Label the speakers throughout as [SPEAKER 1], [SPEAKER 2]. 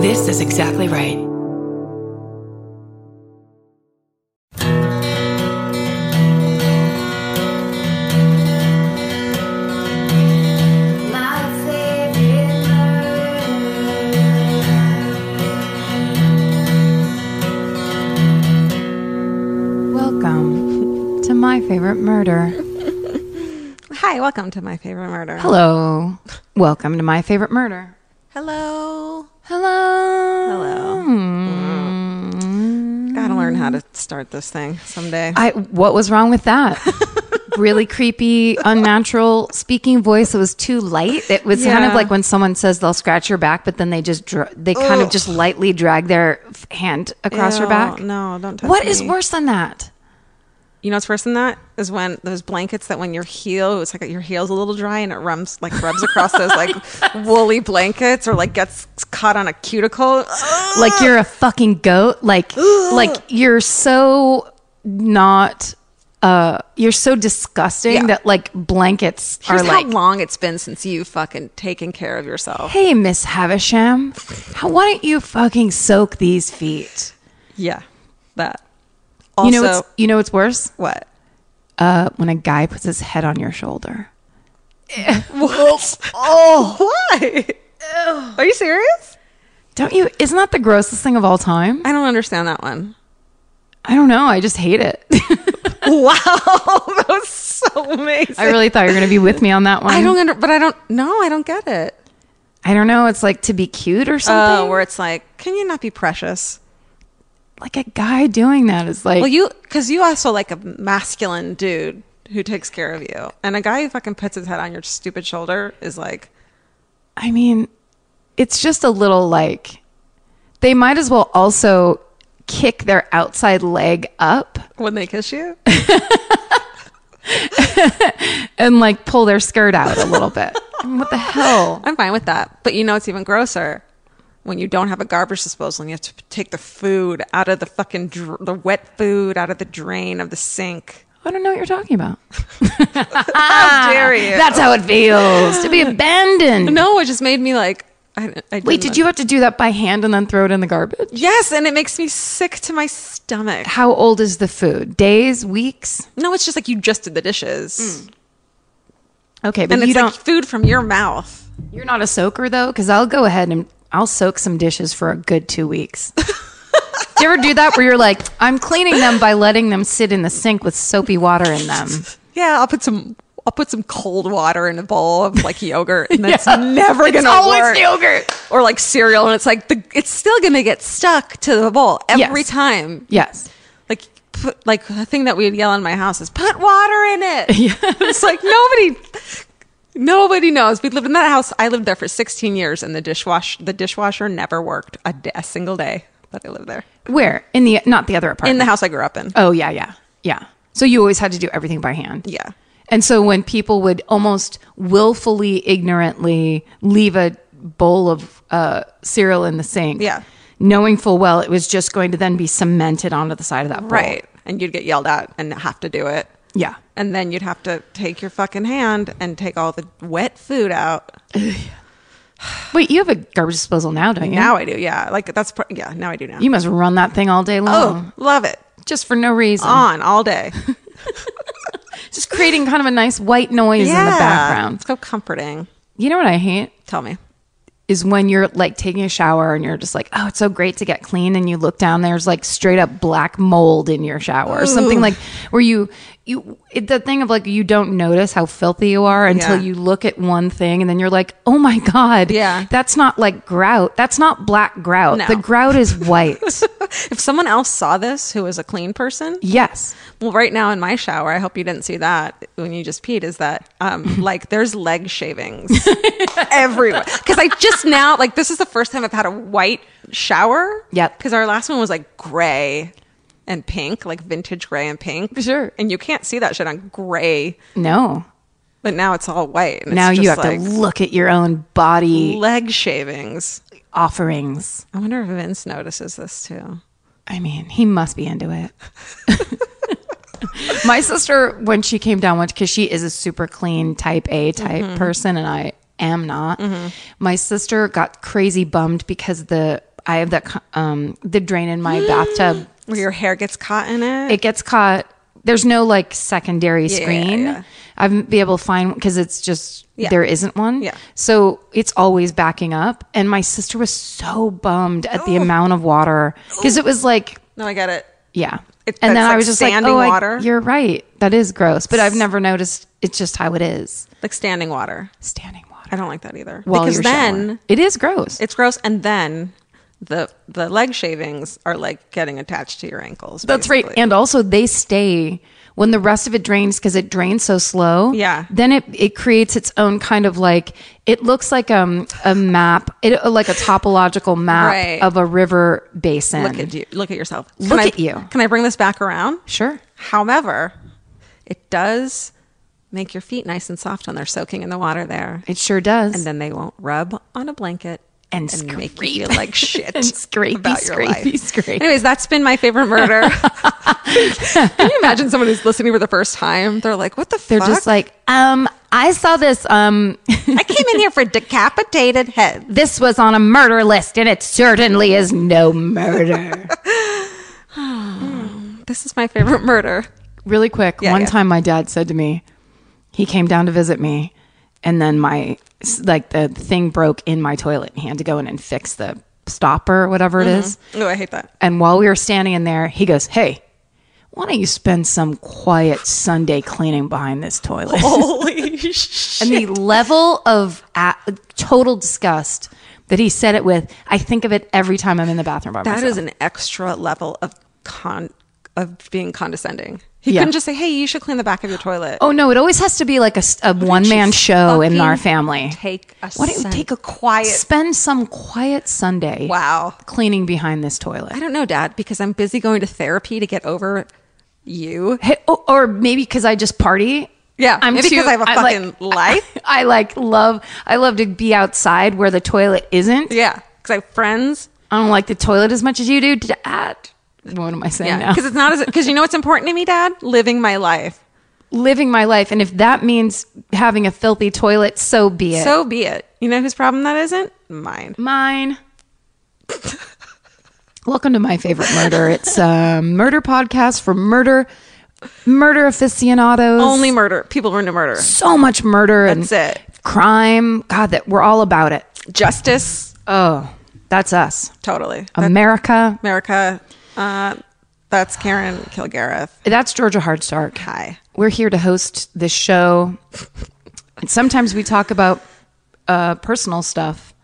[SPEAKER 1] This is exactly right.
[SPEAKER 2] My favorite
[SPEAKER 3] Welcome to my favorite murder.
[SPEAKER 4] Hi, welcome to my favorite murder.
[SPEAKER 3] Hello. Welcome to my favorite murder.
[SPEAKER 4] Hello.
[SPEAKER 3] Hello.
[SPEAKER 4] Hello. Mm. Gotta learn how to start this thing someday.
[SPEAKER 3] I what was wrong with that? really creepy, unnatural speaking voice that was too light. It was kind of
[SPEAKER 4] Yeah.
[SPEAKER 3] like when someone says they'll scratch your back, but then they just dr- they kind of just lightly drag their f- hand across your
[SPEAKER 4] Ew,
[SPEAKER 3] back.
[SPEAKER 4] No, don't touch
[SPEAKER 3] What is
[SPEAKER 4] me.
[SPEAKER 3] worse than that?
[SPEAKER 4] You know what's worse than that is when those blankets that when your heel, it's like your heel's a little dry and it rums like rubs across those like woolly blankets or like gets caught on a cuticle.
[SPEAKER 3] like you're a fucking goat like like you're so not uh you're so disgusting
[SPEAKER 4] Yeah.
[SPEAKER 3] that like blankets
[SPEAKER 4] Here's
[SPEAKER 3] are like
[SPEAKER 4] how long it's been since you fucking taken care of yourself.
[SPEAKER 3] hey miss havisham how, why don't you fucking soak these feet
[SPEAKER 4] Yeah, that. Also,
[SPEAKER 3] you know what's you know what's worse
[SPEAKER 4] what?
[SPEAKER 3] uh when a guy puts his head on your shoulder
[SPEAKER 4] What? Oh, why? Are you serious?
[SPEAKER 3] don't you isn't that the grossest thing of all time
[SPEAKER 4] I don't understand that one.
[SPEAKER 3] i don't know i just hate it
[SPEAKER 4] Wow, that was so amazing.
[SPEAKER 3] i really thought you were gonna be with me on that one
[SPEAKER 4] I don't under, but I don't. No, I don't get it.
[SPEAKER 3] i don't know it's like to be cute or
[SPEAKER 4] Oh,
[SPEAKER 3] something
[SPEAKER 4] where it's like, can you not be precious?
[SPEAKER 3] like a guy doing that is like
[SPEAKER 4] Well, you because you also like a masculine dude who takes care of you, and a guy who fucking puts his head on your stupid shoulder is like,
[SPEAKER 3] I mean, it's just a little like they might as well also kick their outside leg up
[SPEAKER 4] when they kiss you.
[SPEAKER 3] and like pull their skirt out a little bit. I mean, what the hell?
[SPEAKER 4] I'm fine with that, but you know it's even grosser when you don't have a garbage disposal and you have to take the food out of the fucking dr- the wet food out of the drain of the sink.
[SPEAKER 3] I don't know what you're talking about.
[SPEAKER 4] How dare you?
[SPEAKER 3] That's how it feels to be abandoned.
[SPEAKER 4] no, it just made me like. I, I
[SPEAKER 3] Wait,
[SPEAKER 4] didn't-
[SPEAKER 3] did you have to do that by hand and then throw it in the garbage?
[SPEAKER 4] Yes, and it makes me sick to my stomach.
[SPEAKER 3] How old is the food? Days, weeks?
[SPEAKER 4] No, it's just like you just did the dishes,
[SPEAKER 3] Okay, but
[SPEAKER 4] Mm. and
[SPEAKER 3] you
[SPEAKER 4] it's
[SPEAKER 3] don't
[SPEAKER 4] like food from your mouth.
[SPEAKER 3] you're not a soaker though cuz I'll go ahead and I'll soak some dishes for a good 2 weeks. do you ever do that where you're like, I'm cleaning them by letting them sit in the sink with soapy water in them?
[SPEAKER 4] Yeah, I'll put some. I'll put some cold water in a bowl of like yogurt, and that's never gonna
[SPEAKER 3] always
[SPEAKER 4] work.
[SPEAKER 3] yogurt.
[SPEAKER 4] Or like cereal, and it's like the it's still gonna get stuck to the bowl every
[SPEAKER 3] Yes.
[SPEAKER 4] time.
[SPEAKER 3] Yes.
[SPEAKER 4] Like put like the thing that we'd yell in my house is put water in it. it's like nobody. Nobody knows. We lived in that house. I lived there for 16 years, and the dishwasher the dishwasher never worked a, d- a single day that I lived there.
[SPEAKER 3] Where? In the not the other apartment.
[SPEAKER 4] in the house I grew up in.
[SPEAKER 3] Oh yeah, yeah. Yeah. So you always had to do everything by hand.
[SPEAKER 4] Yeah.
[SPEAKER 3] And so when people would almost willfully, ignorantly leave a bowl of uh, cereal in the sink,
[SPEAKER 4] Yeah.
[SPEAKER 3] knowing full well it was just going to then be cemented onto the side of that bowl.
[SPEAKER 4] Right. And you'd get yelled at and have to do it.
[SPEAKER 3] Yeah.
[SPEAKER 4] And then you'd have to take your fucking hand and take all the wet food out.
[SPEAKER 3] Wait, you have a garbage disposal now, don't you?
[SPEAKER 4] Now I do. Yeah. Like that's, pr- yeah, now I do now.
[SPEAKER 3] You must run that thing all day long,
[SPEAKER 4] oh, love it.
[SPEAKER 3] just for no reason,
[SPEAKER 4] On all day.
[SPEAKER 3] just creating kind of a nice white noise in the background.
[SPEAKER 4] It's so comforting.
[SPEAKER 3] You know what I hate?
[SPEAKER 4] Tell me.
[SPEAKER 3] is when you're like taking a shower and you're just like, oh, it's so great to get clean, and you look down, there's like straight up black mold in your shower or something like where you you it, the thing of like you don't notice how filthy you are until
[SPEAKER 4] Yeah.
[SPEAKER 3] you look at one thing and then you're like, oh my god,
[SPEAKER 4] Yeah.
[SPEAKER 3] that's not like grout, that's not black grout,
[SPEAKER 4] No.
[SPEAKER 3] the grout is white.
[SPEAKER 4] If someone else saw this who was a clean person,
[SPEAKER 3] yes,
[SPEAKER 4] well, right now in my shower, I hope you didn't see that when you just peed, is that um, like there's leg shavings everywhere. Because I just now, like, this is the first time I've had a white shower.
[SPEAKER 3] Yep.
[SPEAKER 4] Because our last one was like gray and pink, like vintage gray and pink.
[SPEAKER 3] Sure.
[SPEAKER 4] And you can't see that shit on gray,
[SPEAKER 3] no,
[SPEAKER 4] but now it's all white. And
[SPEAKER 3] now
[SPEAKER 4] it's
[SPEAKER 3] you have
[SPEAKER 4] just,
[SPEAKER 3] to
[SPEAKER 4] like,
[SPEAKER 3] look at your own body
[SPEAKER 4] leg shavings.
[SPEAKER 3] offerings.
[SPEAKER 4] I wonder if Vince notices this too.
[SPEAKER 3] I mean, he must be into it. My sister, when she came down, went because she is a super clean type A type
[SPEAKER 4] Mm-hmm.
[SPEAKER 3] person, and I am not. My sister got crazy bummed because the I have that co- um the drain in my bathtub.
[SPEAKER 4] Where your hair gets caught in it.
[SPEAKER 3] It gets caught. There's no like secondary screen.
[SPEAKER 4] yeah.
[SPEAKER 3] I've be able to find because it's just
[SPEAKER 4] Yeah.
[SPEAKER 3] there isn't one.
[SPEAKER 4] Yeah.
[SPEAKER 3] So it's always backing up, and my sister was so bummed at
[SPEAKER 4] Oh.
[SPEAKER 3] the amount of water because it was like
[SPEAKER 4] no, I get it.
[SPEAKER 3] yeah.
[SPEAKER 4] It-
[SPEAKER 3] and then
[SPEAKER 4] that's
[SPEAKER 3] I
[SPEAKER 4] like
[SPEAKER 3] was just like,
[SPEAKER 4] standing
[SPEAKER 3] oh, I-
[SPEAKER 4] water.
[SPEAKER 3] you're right. That is gross, but I've never noticed. It's just how it is.
[SPEAKER 4] Like standing water.
[SPEAKER 3] Standing water.
[SPEAKER 4] I don't like that either.
[SPEAKER 3] While
[SPEAKER 4] because
[SPEAKER 3] you're
[SPEAKER 4] then
[SPEAKER 3] showering. it is gross.
[SPEAKER 4] it's gross and then the the leg shavings are like getting attached to your ankles.
[SPEAKER 3] That's right.
[SPEAKER 4] basically.
[SPEAKER 3] And also they stay when the rest of it drains because it drains so slow.
[SPEAKER 4] Yeah.
[SPEAKER 3] Then it, it creates its own kind of like it looks like um a map, it, like a topological map
[SPEAKER 4] Right.
[SPEAKER 3] of a river basin.
[SPEAKER 4] Look at you. Look at yourself.
[SPEAKER 3] Look
[SPEAKER 4] I-
[SPEAKER 3] at you.
[SPEAKER 4] Can I bring this back around?
[SPEAKER 3] Sure.
[SPEAKER 4] However, it does make your feet nice and soft when they're soaking in the water there.
[SPEAKER 3] It sure does.
[SPEAKER 4] And then they won't rub on a blanket
[SPEAKER 3] And
[SPEAKER 4] make
[SPEAKER 3] scrape.
[SPEAKER 4] you feel like shit
[SPEAKER 3] And scrapey,
[SPEAKER 4] about your life.
[SPEAKER 3] scrapey, scrape.
[SPEAKER 4] Anyways, that's been my favorite murder. Can you imagine someone who's listening for the first time? They're like, "What the
[SPEAKER 3] They're
[SPEAKER 4] fuck?"
[SPEAKER 3] just like, um, I saw this um
[SPEAKER 4] I came in here for decapitated head.
[SPEAKER 3] this was on a murder list and it certainly is no murder.
[SPEAKER 4] This is my favorite murder.
[SPEAKER 3] really quick
[SPEAKER 4] Yeah,
[SPEAKER 3] one
[SPEAKER 4] yeah.
[SPEAKER 3] time my dad said to me he came down to visit me and then my like the thing broke in my toilet and he had to go in and fix the stopper or whatever it is
[SPEAKER 4] Oh, I hate that.
[SPEAKER 3] and while we were standing in there he goes hey why don't you spend some quiet sunday cleaning behind this toilet
[SPEAKER 4] Holy shit!
[SPEAKER 3] and the level of a total disgust that he said it with i think of it every time i'm in the bathroom by
[SPEAKER 4] That
[SPEAKER 3] myself
[SPEAKER 4] is an extra level of con of being condescending. He
[SPEAKER 3] Yeah.
[SPEAKER 4] couldn't just say, "Hey, you should clean the back of your toilet."
[SPEAKER 3] Oh no! It always has to be like a, one man
[SPEAKER 4] Just
[SPEAKER 3] show in
[SPEAKER 4] fucking
[SPEAKER 3] our family.
[SPEAKER 4] Take a
[SPEAKER 3] Why don't you
[SPEAKER 4] sun-
[SPEAKER 3] take a
[SPEAKER 4] quiet?
[SPEAKER 3] spend some quiet Sunday.
[SPEAKER 4] Wow.
[SPEAKER 3] Cleaning behind this
[SPEAKER 4] I
[SPEAKER 3] toilet.
[SPEAKER 4] don't know, Dad, because I'm busy going to therapy to get over you.
[SPEAKER 3] Hey, oh, or maybe because I just party.
[SPEAKER 4] Yeah,
[SPEAKER 3] I'm
[SPEAKER 4] maybe
[SPEAKER 3] too-
[SPEAKER 4] 'cause I have a
[SPEAKER 3] like-
[SPEAKER 4] fucking life.
[SPEAKER 3] I, like love. I love to be outside where the toilet isn't.
[SPEAKER 4] Yeah, because I have friends.
[SPEAKER 3] I don't like the toilet as much as you do. Dad. What am I saying
[SPEAKER 4] Yeah,
[SPEAKER 3] now?
[SPEAKER 4] because it's not as because you know what's important to me, Dad? Living my life.
[SPEAKER 3] Living my life, and if that means having a filthy toilet, so be it.
[SPEAKER 4] So be it. You know whose problem that isn't? Mine.
[SPEAKER 3] Mine. Welcome to my favorite murder. It's a murder podcast for murder, murder aficionados.
[SPEAKER 4] Only murder. People were into murder.
[SPEAKER 3] so much murder and
[SPEAKER 4] That's it.
[SPEAKER 3] crime. God, that we're all about it.
[SPEAKER 4] Justice.
[SPEAKER 3] Oh, that's us,
[SPEAKER 4] Totally.
[SPEAKER 3] America.
[SPEAKER 4] America. Uh, that's Karen Kilgareth.
[SPEAKER 3] That's Georgia Hardstark.
[SPEAKER 4] Hi.
[SPEAKER 3] We're here to host this show. And sometimes we talk about uh, personal stuff.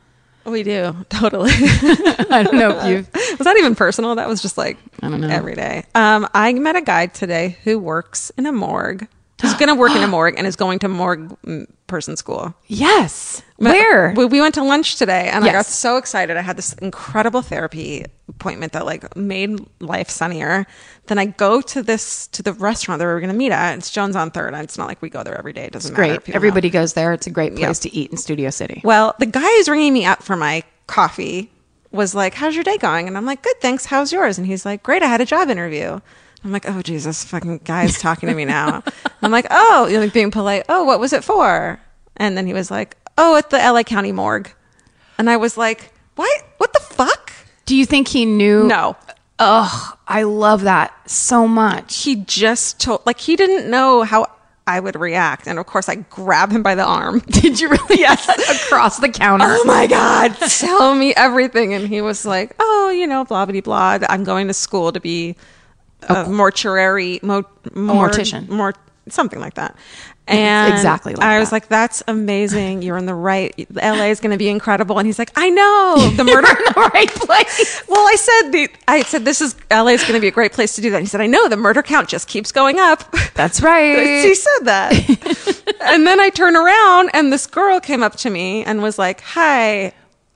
[SPEAKER 4] We do totally.
[SPEAKER 3] I don't know if you've.
[SPEAKER 4] was that even personal? That was just like I
[SPEAKER 3] don't know.
[SPEAKER 4] Every day. Um, I met a guy today who works in a morgue. He's going to work in a morgue and is going to morgue mm, person school.
[SPEAKER 3] Yes.
[SPEAKER 4] But
[SPEAKER 3] Where?
[SPEAKER 4] We, we went to lunch today and I got
[SPEAKER 3] Yes.
[SPEAKER 4] so excited. I had this incredible therapy appointment that like made life sunnier. Then I go to this to the restaurant that we were going to meet at. It's Jones on 3rd. and It's not like we go there every day. It doesn't matter.
[SPEAKER 3] Great.
[SPEAKER 4] People know.
[SPEAKER 3] Everybody goes there. It's a great place to eat in Studio City.
[SPEAKER 4] Well, the guy who's ringing me up for my coffee was like, How's your day going? And I'm like, Good, thanks. How's yours? And he's like, Great, I had a job interview. I'm like, Oh, Jesus, fucking guy's talking to me now. I'm like, Oh, you're like being polite. Oh, what was it for? And then he was like, Oh, at the LA County morgue. And I was like, What? What the fuck?
[SPEAKER 3] Do you think he knew?
[SPEAKER 4] No.
[SPEAKER 3] Ugh, I love that so much.
[SPEAKER 4] He just told, like, he didn't know how I would react. And of course, I grab him by the arm.
[SPEAKER 3] Did you really? Yes. Across the counter.
[SPEAKER 4] oh my god tell me everything and he was like oh you know blah blah blah i'm going to school to be a mortuary mo- mor-
[SPEAKER 3] mortician.
[SPEAKER 4] mor- something like that and
[SPEAKER 3] exactly like
[SPEAKER 4] i was
[SPEAKER 3] that.
[SPEAKER 4] like that's amazing you're in the right la is going to be incredible and he's like i know the murder
[SPEAKER 3] the right place.
[SPEAKER 4] well i said the i said this is la is going to be a great place to do that he said i know the murder count just keeps going up
[SPEAKER 3] That's right.
[SPEAKER 4] she said that. and then I turn around and this girl came up to me and was like, Hi,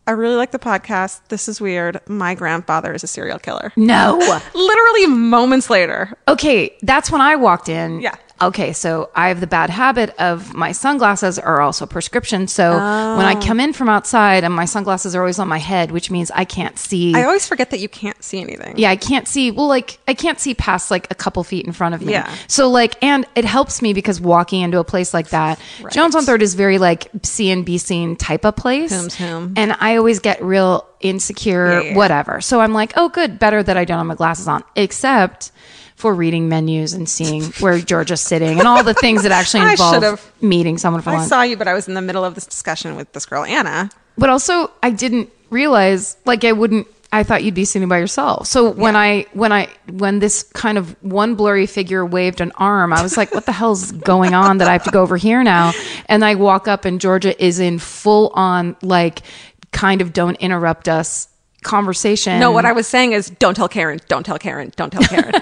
[SPEAKER 4] I really like the podcast. This is weird. My grandfather is a serial killer.
[SPEAKER 3] No.
[SPEAKER 4] Literally moments later.
[SPEAKER 3] Okay, that's when I walked in.
[SPEAKER 4] Yeah.
[SPEAKER 3] okay, so I have the bad habit of my sunglasses are also prescription. So when
[SPEAKER 4] Oh.
[SPEAKER 3] I come in from outside and my sunglasses are always on my head, which means I can't see.
[SPEAKER 4] I always forget that you can't see anything.
[SPEAKER 3] yeah, I can't see. Well, like I can't see past like a couple feet in front of me.
[SPEAKER 4] Yeah.
[SPEAKER 3] So like, and it helps me because walking into a place like that, Jones on Third is very like see and be seen type of place.
[SPEAKER 4] Whom's whom.
[SPEAKER 3] And I always get real insecure,
[SPEAKER 4] Yeah, yeah.
[SPEAKER 3] whatever. So I'm like, oh, good, better that I don't have my glasses on, except for reading menus and seeing where Georgia's sitting and all the things that actually
[SPEAKER 4] I
[SPEAKER 3] involve
[SPEAKER 4] should've-
[SPEAKER 3] meeting someone for
[SPEAKER 4] I
[SPEAKER 3] lunch.
[SPEAKER 4] saw you, but I was in the middle of this discussion with this girl Anna.
[SPEAKER 3] but also I didn't realize like I wouldn't I thought you'd be sitting by yourself. So when I when I when this kind of one blurry figure waved an arm, I was like, what the hell's going on that I have to go over here now? And I walk up and Georgia is in full on like kind of don't interrupt us conversation.
[SPEAKER 4] No, what I was saying is, don't tell Karen, don't tell Karen, don't tell Karen.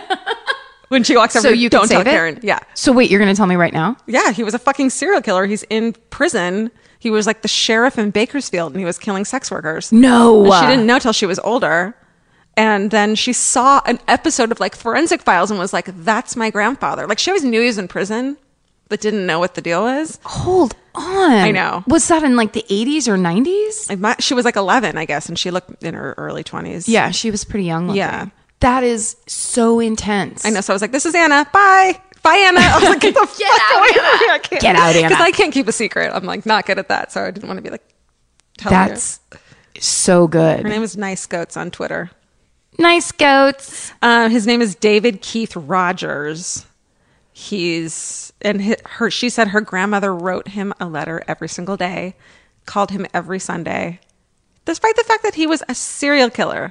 [SPEAKER 4] when she walks over,
[SPEAKER 3] so you
[SPEAKER 4] don't
[SPEAKER 3] can
[SPEAKER 4] tell
[SPEAKER 3] save it?
[SPEAKER 4] Karen. Yeah,
[SPEAKER 3] So wait, you're going to tell me right now?
[SPEAKER 4] yeah, he was a fucking serial killer. He's in prison. He was like the sheriff in Bakersfield, and he was killing sex workers.
[SPEAKER 3] No.
[SPEAKER 4] And she didn't know till she was older. And then she saw an episode of like Forensic Files and was like, that's my grandfather. Like she always knew he was in prison, but didn't know what the deal was.
[SPEAKER 3] Hold on. I
[SPEAKER 4] know.
[SPEAKER 3] Was that in like the 80s or 90s?
[SPEAKER 4] Like, my- she was like 11, I guess, and she looked in her early 20s.
[SPEAKER 3] Yeah, she was pretty young looking.
[SPEAKER 4] Yeah.
[SPEAKER 3] That is so intense.
[SPEAKER 4] I know. So I was like, this is Anna. Bye. Bye, Anna. I was like, get the fuck
[SPEAKER 3] out,
[SPEAKER 4] away from me. I can't.
[SPEAKER 3] Get out, Anna.
[SPEAKER 4] Because I can't keep a secret. I'm like, not good at that. So I didn't want to be like, tell you.
[SPEAKER 3] That's so
[SPEAKER 4] Her
[SPEAKER 3] good.
[SPEAKER 4] name is Nice Goats on Twitter.
[SPEAKER 3] Nice goats.
[SPEAKER 4] Um, his name is David Keith Rogers. He's and hi her. She said her grandmother wrote him a letter every single day, called him every Sunday, despite the fact that he was a serial killer.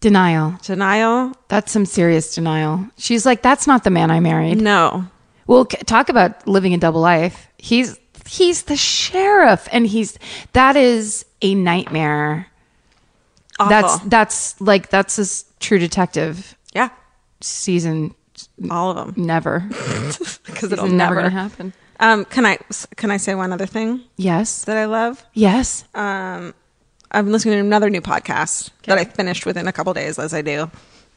[SPEAKER 3] Denial.
[SPEAKER 4] Denial?
[SPEAKER 3] That's some serious denial. She's like, that's not the man I married.
[SPEAKER 4] No.
[SPEAKER 3] Well, c- talk about living a double life. He's he's the sheriff, and he's that is a nightmare.
[SPEAKER 4] Awful.
[SPEAKER 3] That's that's like that's as true detective
[SPEAKER 4] yeah.
[SPEAKER 3] season
[SPEAKER 4] All of them
[SPEAKER 3] never.
[SPEAKER 4] because
[SPEAKER 3] It's
[SPEAKER 4] Mm. it'll
[SPEAKER 3] never
[SPEAKER 4] never,
[SPEAKER 3] gonna happen.
[SPEAKER 4] Um, can I can I say one other thing
[SPEAKER 3] Yes.
[SPEAKER 4] that I love?
[SPEAKER 3] Yes.
[SPEAKER 4] um, I'm listening to another new podcast that I finished within a couple days, as I do,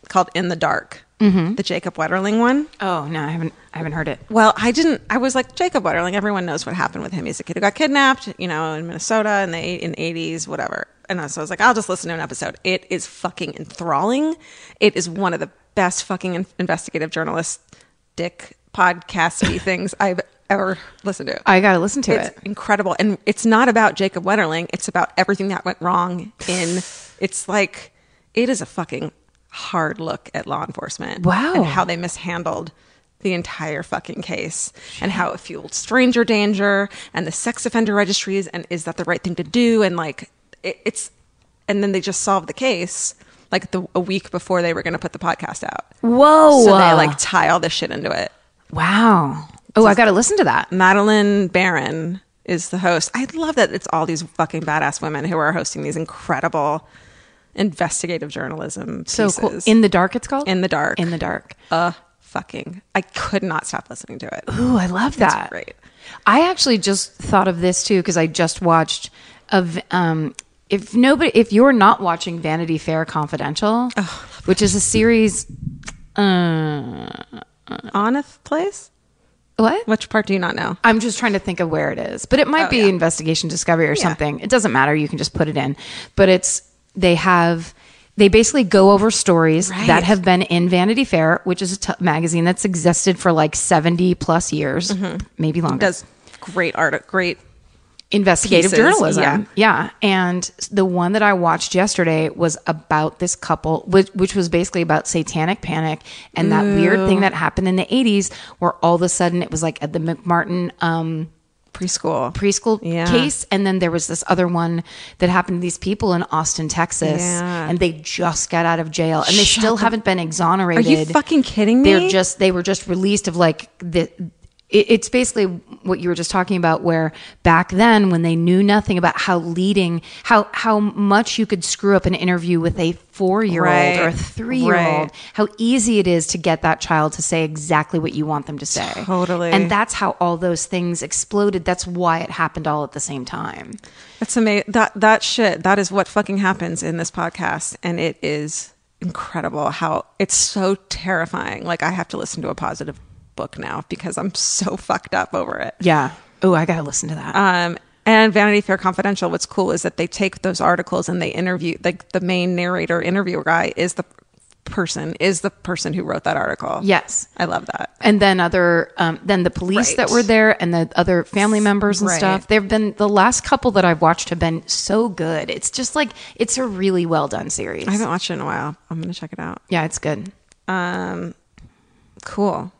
[SPEAKER 4] called In the Dark, mm-hmm. the Jacob Wetterling one.
[SPEAKER 3] Oh no, I haven't I haven't heard it.
[SPEAKER 4] Well, I didn't. I was like Jacob Wetterling. Everyone knows what happened with him. He's a kid who got kidnapped, you know, in Minnesota in the eight- in eighties, whatever. And so I was like, I'll just listen to an episode. It is fucking enthralling. It is one of the best fucking in- investigative journalistic podcasty things I've ever listened to
[SPEAKER 3] I gotta listen to
[SPEAKER 4] it's
[SPEAKER 3] it.
[SPEAKER 4] incredible and it's not about jacob wetterling it's about everything that went wrong in it's like it is a fucking hard look at law enforcement
[SPEAKER 3] Wow.
[SPEAKER 4] and how they mishandled the entire fucking case and how it fueled stranger danger and the sex offender registries and is that the right thing to do and like it, it's and then they just solved the case like the, a week before they were going to put the podcast out
[SPEAKER 3] Whoa.
[SPEAKER 4] so they like tie all this shit into it
[SPEAKER 3] Wow. Oh, I gotta listen to that.
[SPEAKER 4] Madeline Barron is the host. I love that it's all these fucking badass women who are hosting these incredible investigative journalism
[SPEAKER 3] So
[SPEAKER 4] pieces.
[SPEAKER 3] cool. In the dark, it's called.
[SPEAKER 4] In the dark.
[SPEAKER 3] In the dark.
[SPEAKER 4] uh, fucking, I could not stop listening to it.
[SPEAKER 3] Ooh, I love that.
[SPEAKER 4] great.
[SPEAKER 3] I actually just thought of this too because I just watched of um if nobody if you're not watching Vanity Fair Confidential,
[SPEAKER 4] Oh,
[SPEAKER 3] which is a series. Uh,
[SPEAKER 4] On a th- place?
[SPEAKER 3] what?
[SPEAKER 4] Which part do you not know?
[SPEAKER 3] I'm just trying to think of where it is, but it might
[SPEAKER 4] Oh,
[SPEAKER 3] be Investigation Discovery or something. It doesn't matter. You can just put it in. But it's they have they basically go over stories that have been in Vanity Fair, which is a t- magazine that's existed for like 70 plus years, maybe longer.
[SPEAKER 4] Mm-hmm. Does great art, great.
[SPEAKER 3] investigative
[SPEAKER 4] pieces,
[SPEAKER 3] journalism. Yeah. And the one that I watched yesterday was about this couple, which, which was basically about satanic panic and that weird thing that happened in the 80s where all of a sudden it was like at the McMartin um,
[SPEAKER 4] Preschool.
[SPEAKER 3] preschool
[SPEAKER 4] Yeah.
[SPEAKER 3] case. And then there was this other one that happened to these people in Austin, Texas.
[SPEAKER 4] Yeah.
[SPEAKER 3] And they just got out of jail and they still haven't been exonerated.
[SPEAKER 4] fucking kidding
[SPEAKER 3] They're
[SPEAKER 4] me?
[SPEAKER 3] just, they were just released of like the, it- it's basically what you were just talking about where back then when they knew nothing about how leading how how much you could screw up an interview with a 4-year-old
[SPEAKER 4] Right.
[SPEAKER 3] or a 3-year-old
[SPEAKER 4] Right.
[SPEAKER 3] how easy it is to get that child to say exactly what you want them to say
[SPEAKER 4] Totally.
[SPEAKER 3] and that's how all those things exploded that's why it happened all at the same time
[SPEAKER 4] That's amazing. That that shit. That is what fucking happens in this podcast, and it is incredible how it's so terrifying. Like I have to listen to a positive book now because I'm so fucked up over it.
[SPEAKER 3] Yeah. Oh, I gotta listen to that.
[SPEAKER 4] Um, and Vanity Fair Confidential, what's cool is that they take those articles and they interview, like the main narrator interview guy is the person, is the person who wrote that article.
[SPEAKER 3] yes.
[SPEAKER 4] I love that.
[SPEAKER 3] And then other, um, then the police
[SPEAKER 4] Right.
[SPEAKER 3] that were there, and the other family members and
[SPEAKER 4] Right.
[SPEAKER 3] stuff. They've been the last couple that I've watched have been so good. It's just like it's a really well done series.
[SPEAKER 4] I haven't watched it in a while. I'm going to check it out.
[SPEAKER 3] yeah, it's good.
[SPEAKER 4] Um, cool.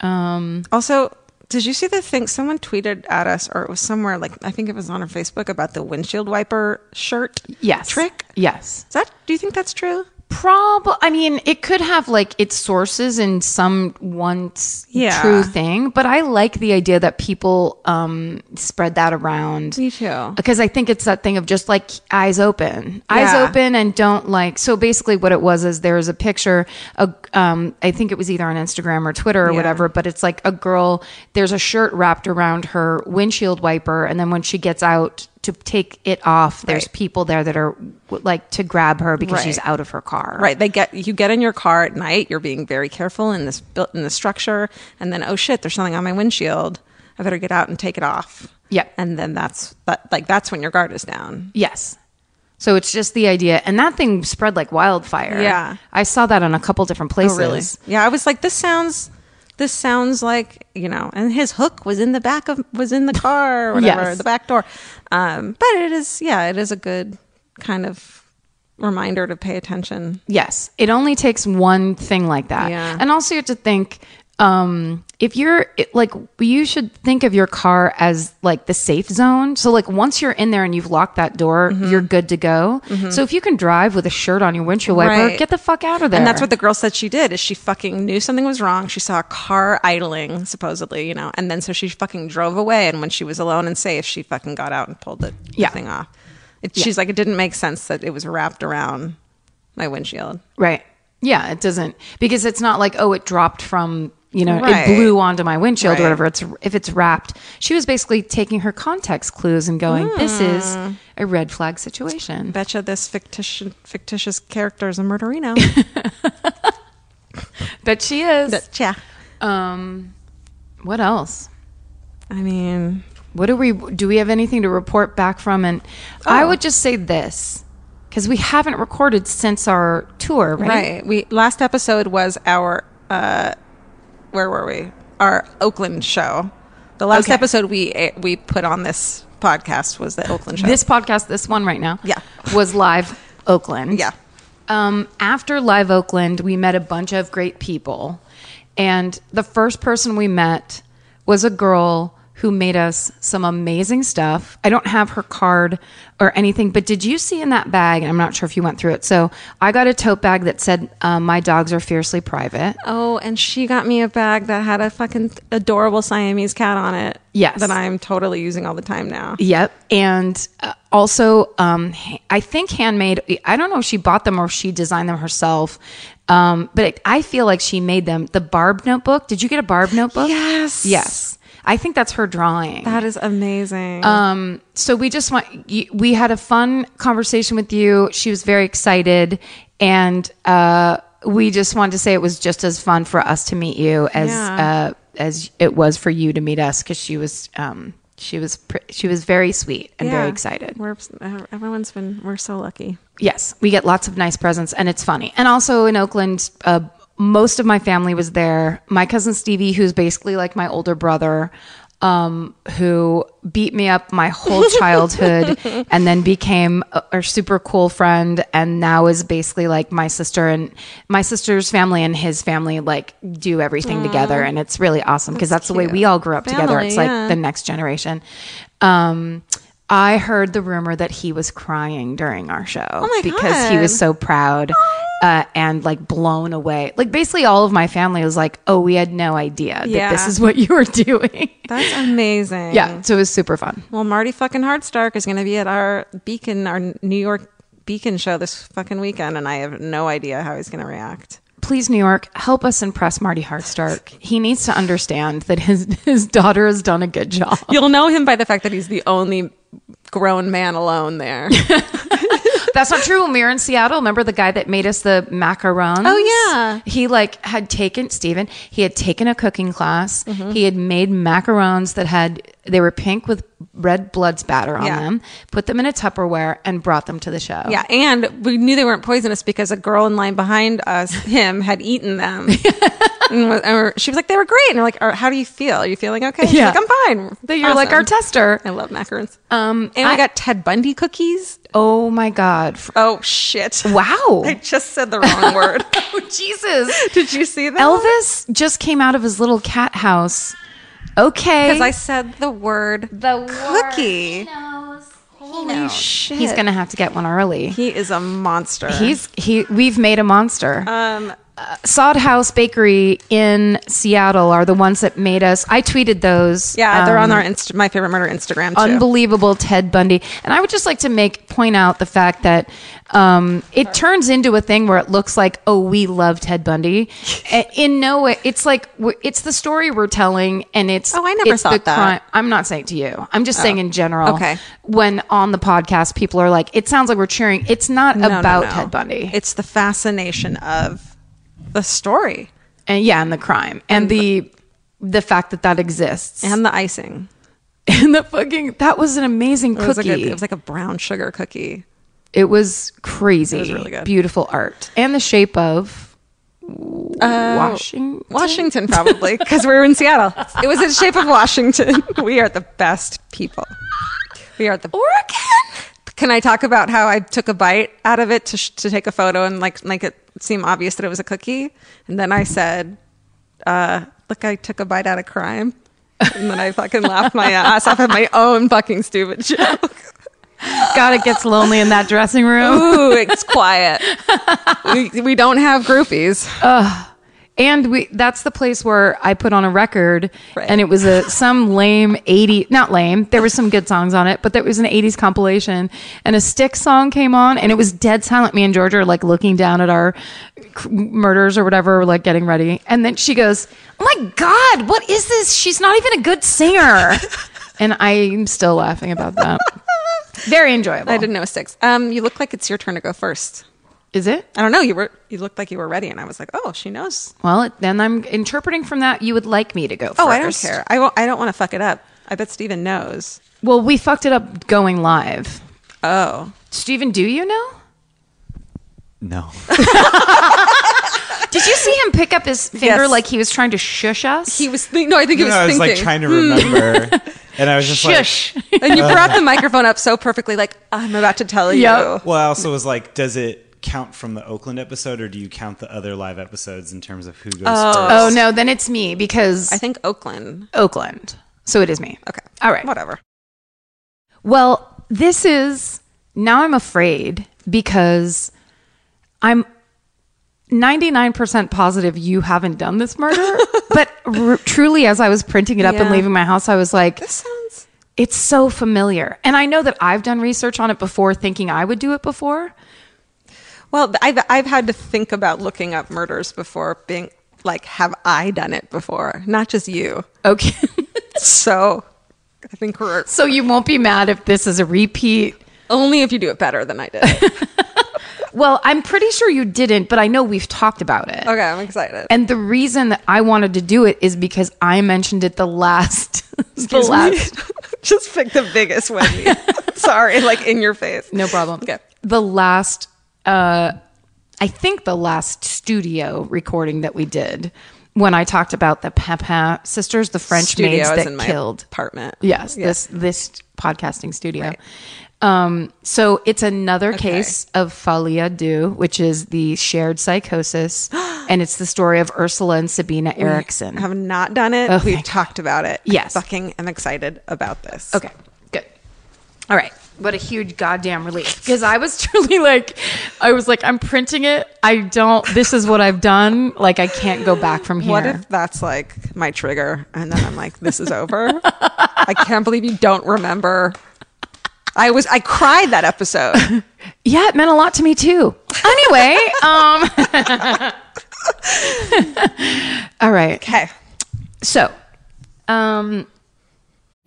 [SPEAKER 3] Um,
[SPEAKER 4] Also, did you see the thing someone tweeted at us or it was somewhere like I think it was on our Facebook about the windshield wiper shirt
[SPEAKER 3] yes.
[SPEAKER 4] trick?
[SPEAKER 3] Yes.
[SPEAKER 4] Is that do you think that's true?
[SPEAKER 3] Prob. I mean, it could have like its sources in some once
[SPEAKER 4] Yeah.
[SPEAKER 3] true thing, but I like the idea that people um, spread that around.
[SPEAKER 4] Me too.
[SPEAKER 3] Because I think it's that thing of just like eyes open, eyes
[SPEAKER 4] Yeah.
[SPEAKER 3] open, and don't like. So basically, what it was is there was a picture. A, um, I think it was either on Instagram or Twitter or
[SPEAKER 4] Yeah.
[SPEAKER 3] whatever, but it's like a girl. There's a shirt wrapped around her windshield wiper, and then when she gets out to take it off, there's
[SPEAKER 4] Right.
[SPEAKER 3] people there that are w- like to grab her because she's
[SPEAKER 4] Right.
[SPEAKER 3] out of her car.
[SPEAKER 4] Right. They get you get in your car at night. You're being very careful in this built in the structure, and then oh shit, there's something on my windshield. I better get out and take it off.
[SPEAKER 3] Yep.
[SPEAKER 4] And then that's that. Like that's when your guard is down.
[SPEAKER 3] Yes. So it's just the idea, and that thing spread like wildfire.
[SPEAKER 4] Yeah. Oh,
[SPEAKER 3] I saw that on a couple different places.
[SPEAKER 4] Yeah. I was like, this sounds. This sounds like you know. And his hook was in the back of was in the car or whatever
[SPEAKER 3] Yes.
[SPEAKER 4] the back door. Um, but it is yeah, it is a good kind of reminder to pay attention.
[SPEAKER 3] Yes. It only takes one thing like that.
[SPEAKER 4] Yeah.
[SPEAKER 3] And also you have to think um if you're it- like you should think of your car as like the safe zone. So like once you're in there and you've locked that door,
[SPEAKER 4] Mm-hmm.
[SPEAKER 3] you're good to go. So if you can drive with a shirt on your windshield wiper,
[SPEAKER 4] Right.
[SPEAKER 3] get the fuck out of there.
[SPEAKER 4] And that's what the girl said she did is she fucking knew something was wrong. She saw a car idling, supposedly, you know, and then so she fucking drove away. And when she was alone and safe, she fucking got out and pulled the, the
[SPEAKER 3] Yeah.
[SPEAKER 4] thing off. It, She's like, it didn't make sense that it was wrapped around my windshield.
[SPEAKER 3] Right. Yeah, it doesn't because it's not like oh, it dropped from you know
[SPEAKER 4] Right.
[SPEAKER 3] it blew onto my windshield
[SPEAKER 4] Right.
[SPEAKER 3] or whatever. It's if it's wrapped. She was basically taking her context clues and going, "This is a red flag situation."
[SPEAKER 4] Betcha this fictitious fictitious character is a murderino.
[SPEAKER 3] But she is.
[SPEAKER 4] yeah.
[SPEAKER 3] Um, what else?
[SPEAKER 4] I mean,
[SPEAKER 3] What do we do? We have anything to report back from? And I would just say this because we haven't recorded since our tour, right?
[SPEAKER 4] right. We last episode was our uh, where were we? Our Oakland show. The last
[SPEAKER 3] Okay.
[SPEAKER 4] episode we eh, we put on this podcast was the Oakland show.
[SPEAKER 3] This podcast, this one right now,
[SPEAKER 4] Yeah.
[SPEAKER 3] was live Oakland.
[SPEAKER 4] Yeah.
[SPEAKER 3] Um, after Live Oakland, we met a bunch of great people. And the first person we met was a girl who made us some amazing stuff. I don't have her card or anything, but did you see in that bag? And I'm not sure if you went through it. So I got a tote bag that said, uh, My dogs are fiercely private.
[SPEAKER 4] Oh, and she got me a bag that had a fucking adorable Siamese cat on it.
[SPEAKER 3] Yes.
[SPEAKER 4] That I'm totally using all the time now.
[SPEAKER 3] Yep. And uh, also, um, ha- I think handmade, I don't know if she bought them or if she designed them herself. Um, but it, I feel like she made them. The Barb notebook. Did you get a Barb notebook?
[SPEAKER 4] Yes.
[SPEAKER 3] Yes. I think that's her drawing.
[SPEAKER 4] That is amazing.
[SPEAKER 3] um, so we just want, you- we had a fun conversation with you. She was very excited. And, uh, we just wanted to say it was just as fun for us to meet you as,
[SPEAKER 4] Yeah.
[SPEAKER 3] uh, as it was for you to meet us. Cause she was, um, she was, pr- she was very sweet and
[SPEAKER 4] Yeah.
[SPEAKER 3] very excited.
[SPEAKER 4] We're uh, everyone's been we're so lucky.
[SPEAKER 3] Yes, we get lots of nice presents, and it's funny. And also in Oakland, uh, most of my family was there. My cousin Stevie, who's basically like my older brother, um, who beat me up my whole childhood, and then became a, a super cool friend, and now is basically like my sister and my sister's family and his family like do everything together, and it's really awesome because that's, the way
[SPEAKER 4] cute.
[SPEAKER 3] we all grew up together.
[SPEAKER 4] Family,
[SPEAKER 3] It's like
[SPEAKER 4] yeah.
[SPEAKER 3] the next generation. Um, I heard the rumor that he was crying during our show
[SPEAKER 4] Oh my
[SPEAKER 3] because he was
[SPEAKER 4] God.
[SPEAKER 3] so proud uh, and like blown away. Like basically, all of my family was like, "Oh, we had no idea that
[SPEAKER 4] Yeah.
[SPEAKER 3] this is what you were doing."
[SPEAKER 4] That's amazing.
[SPEAKER 3] yeah, so it was super fun.
[SPEAKER 4] Well, Marty fucking Hardstark is going to be at our Beacon, our New York Beacon show this fucking weekend, and I have no idea how he's going to react.
[SPEAKER 3] Please, New York, help us impress Marty Hartstark. He needs to understand that his his daughter has done a good job.
[SPEAKER 4] You'll know him by the fact that he's the only grown man alone there.
[SPEAKER 3] That's not true. When we were in Seattle, remember the guy that made us the macarons?
[SPEAKER 4] Oh, yeah.
[SPEAKER 3] He like had taken Steven, he had taken a cooking class.
[SPEAKER 4] Mm-hmm.
[SPEAKER 3] He had made macarons that had they were pink with red blood spatter on
[SPEAKER 4] Yeah.
[SPEAKER 3] them, put them in a Tupperware and brought them to the show.
[SPEAKER 4] Yeah, and we knew they weren't poisonous because a girl in line behind us, him, had eaten them. and wa- and we're- she was like, "They were great." And we're like, "Are- "How do you feel? Are you feeling okay?" She's
[SPEAKER 3] Yeah.
[SPEAKER 4] like, "I'm fine."
[SPEAKER 3] That you're like our
[SPEAKER 4] Awesome.
[SPEAKER 3] tester.
[SPEAKER 4] I love macarons.
[SPEAKER 3] Um,
[SPEAKER 4] and we
[SPEAKER 3] I-
[SPEAKER 4] got Ted Bundy cookies.
[SPEAKER 3] Oh my God. F-
[SPEAKER 4] Oh shit!
[SPEAKER 3] Wow.
[SPEAKER 4] I just said the wrong word.
[SPEAKER 3] Oh, Jesus.
[SPEAKER 4] Did you see that?
[SPEAKER 3] Elvis just came out of his little cat house. Okay.
[SPEAKER 4] Because I said the word
[SPEAKER 3] the
[SPEAKER 4] cookie. Oh,
[SPEAKER 3] Holy
[SPEAKER 4] shit.
[SPEAKER 3] He's gonna have to get one early.
[SPEAKER 4] He is a monster.
[SPEAKER 3] He's he. We've made a monster. Uh,
[SPEAKER 4] um.
[SPEAKER 3] Sod House Bakery in Seattle are the ones that made us. I tweeted those.
[SPEAKER 4] Yeah, they're on
[SPEAKER 3] um,
[SPEAKER 4] our Inst- my favorite murder Instagram too.
[SPEAKER 3] unbelievable Ted Bundy. And I would just like to make point out the fact that um, it turns into a thing where it looks like, oh, we love Ted Bundy. A- In no way, it's like we're- it's the story we're telling, and it's
[SPEAKER 4] Oh, I never
[SPEAKER 3] it's
[SPEAKER 4] thought
[SPEAKER 3] the
[SPEAKER 4] that. Oh,
[SPEAKER 3] crime- I'm not saying to you. I'm just saying in general.
[SPEAKER 4] Okay.
[SPEAKER 3] When on the podcast, people are like, it sounds like we're cheering. It's not
[SPEAKER 4] No, no,
[SPEAKER 3] about
[SPEAKER 4] no.
[SPEAKER 3] Ted Bundy.
[SPEAKER 4] It's the fascination of the story
[SPEAKER 3] and yeah, and the crime and the the fact that that exists
[SPEAKER 4] and the icing.
[SPEAKER 3] and the fucking that was an amazing
[SPEAKER 4] It
[SPEAKER 3] cookie.
[SPEAKER 4] was, like a, it was like a brown sugar cookie.
[SPEAKER 3] It was crazy.
[SPEAKER 4] It was really good.
[SPEAKER 3] Beautiful art. And the shape of Washington.
[SPEAKER 4] Uh, Washington, probably, because we were in Seattle. It was in the shape of Washington. We are the best people. We are the Oregon. Can I talk about how I took a bite out of it to, sh- to take a photo and like make it seem obvious that it was a cookie? And then I said, uh, "Look, I took a bite out of crime." And then I fucking laughed my ass off at my own fucking stupid joke.
[SPEAKER 3] God, it gets lonely in that dressing room.
[SPEAKER 4] Ooh, it's quiet. we, we don't have groupies.
[SPEAKER 3] And we that's the place where I put on a record
[SPEAKER 4] Right.
[SPEAKER 3] and it was a some lame 80 not lame. There was some good songs on it, but there was an 80s compilation and a stick song came on and it was dead silent. Me and Georgia are like looking down at our c- murders or whatever, we're like getting ready. And then she goes, "Oh my god, what is this? She's not even a good singer." and I'm still laughing about that. Very enjoyable.
[SPEAKER 4] I didn't know six. Um, you look like it's your turn to go first.
[SPEAKER 3] Is it?
[SPEAKER 4] I don't know. You were you looked like you were ready, and I was like, oh, she knows.
[SPEAKER 3] Well, it- then I'm interpreting from that you would like me to go first.
[SPEAKER 4] Oh, I don't care. I won't. I don't want to fuck it up. I bet Steven knows.
[SPEAKER 3] Well, we fucked it up going live.
[SPEAKER 4] Oh,
[SPEAKER 3] Steven, do you know?
[SPEAKER 5] No.
[SPEAKER 3] Did you see him pick up his finger
[SPEAKER 4] Yes.
[SPEAKER 3] like he was trying to shush us?
[SPEAKER 4] he was. Think- no, I think he was
[SPEAKER 5] I was
[SPEAKER 4] thinking.
[SPEAKER 5] like trying to remember. and I was just
[SPEAKER 3] shush.
[SPEAKER 4] and you brought the microphone up so perfectly. Like I'm about to tell you.
[SPEAKER 3] Yep.
[SPEAKER 5] like, well, I also was like, does it count from the Oakland episode or do you count the other live episodes in terms of who goes first?
[SPEAKER 3] oh no, then it's me because
[SPEAKER 4] I think Oakland.
[SPEAKER 3] Oakland. So it is me.
[SPEAKER 4] Okay.
[SPEAKER 3] All right.
[SPEAKER 4] Whatever.
[SPEAKER 3] Well, this is now I'm afraid because I'm 99% positive you haven't done this murder, but r- truly as I was printing it up and
[SPEAKER 4] Yeah.
[SPEAKER 3] leaving my house, I was like
[SPEAKER 4] This sounds.
[SPEAKER 3] it's so familiar. And I know that I've done research on it before thinking I would do it before.
[SPEAKER 4] Well, I've I've had to think about looking up murders before being like, have I done it before? Not just you.
[SPEAKER 3] Okay.
[SPEAKER 4] So I think we're
[SPEAKER 3] so you won't be mad if this is a repeat.
[SPEAKER 4] only if you do it better than I did.
[SPEAKER 3] Well, I'm pretty sure you didn't, but I know we've talked about it.
[SPEAKER 4] Okay, I'm excited.
[SPEAKER 3] And the reason that I wanted to do it is because I mentioned it the last the
[SPEAKER 4] Excuse me.
[SPEAKER 3] last
[SPEAKER 4] Just pick the biggest one. Sorry, like in your face.
[SPEAKER 3] no problem.
[SPEAKER 4] Okay.
[SPEAKER 3] The last uh I think the last studio recording that we did when I talked about the Pepin sisters, the French
[SPEAKER 4] Studio
[SPEAKER 3] maids
[SPEAKER 4] is
[SPEAKER 3] that
[SPEAKER 4] in my
[SPEAKER 3] killed
[SPEAKER 4] apartment.
[SPEAKER 3] Yes, this this podcasting studio. Um, so it's another case of folia deux, which is the shared psychosis, and it's the story of Ursula and Sabina
[SPEAKER 4] I
[SPEAKER 3] Erickson.
[SPEAKER 4] have not done it.
[SPEAKER 3] Oh,
[SPEAKER 4] We've
[SPEAKER 3] thank
[SPEAKER 4] talked about it.
[SPEAKER 3] Yes.
[SPEAKER 4] I fucking am excited about this.
[SPEAKER 3] Okay, good. All right. What a huge goddamn relief. Because I was truly like, I was like, I'm printing it. I don't, this is what I've done. Like, I can't go back from here.
[SPEAKER 4] What if that's like my trigger and then I'm like, this is over? I can't believe you don't remember. I was I cried that episode.
[SPEAKER 3] yeah, it meant a lot to me too. Anyway, um, all right.
[SPEAKER 4] Okay.
[SPEAKER 3] So, um,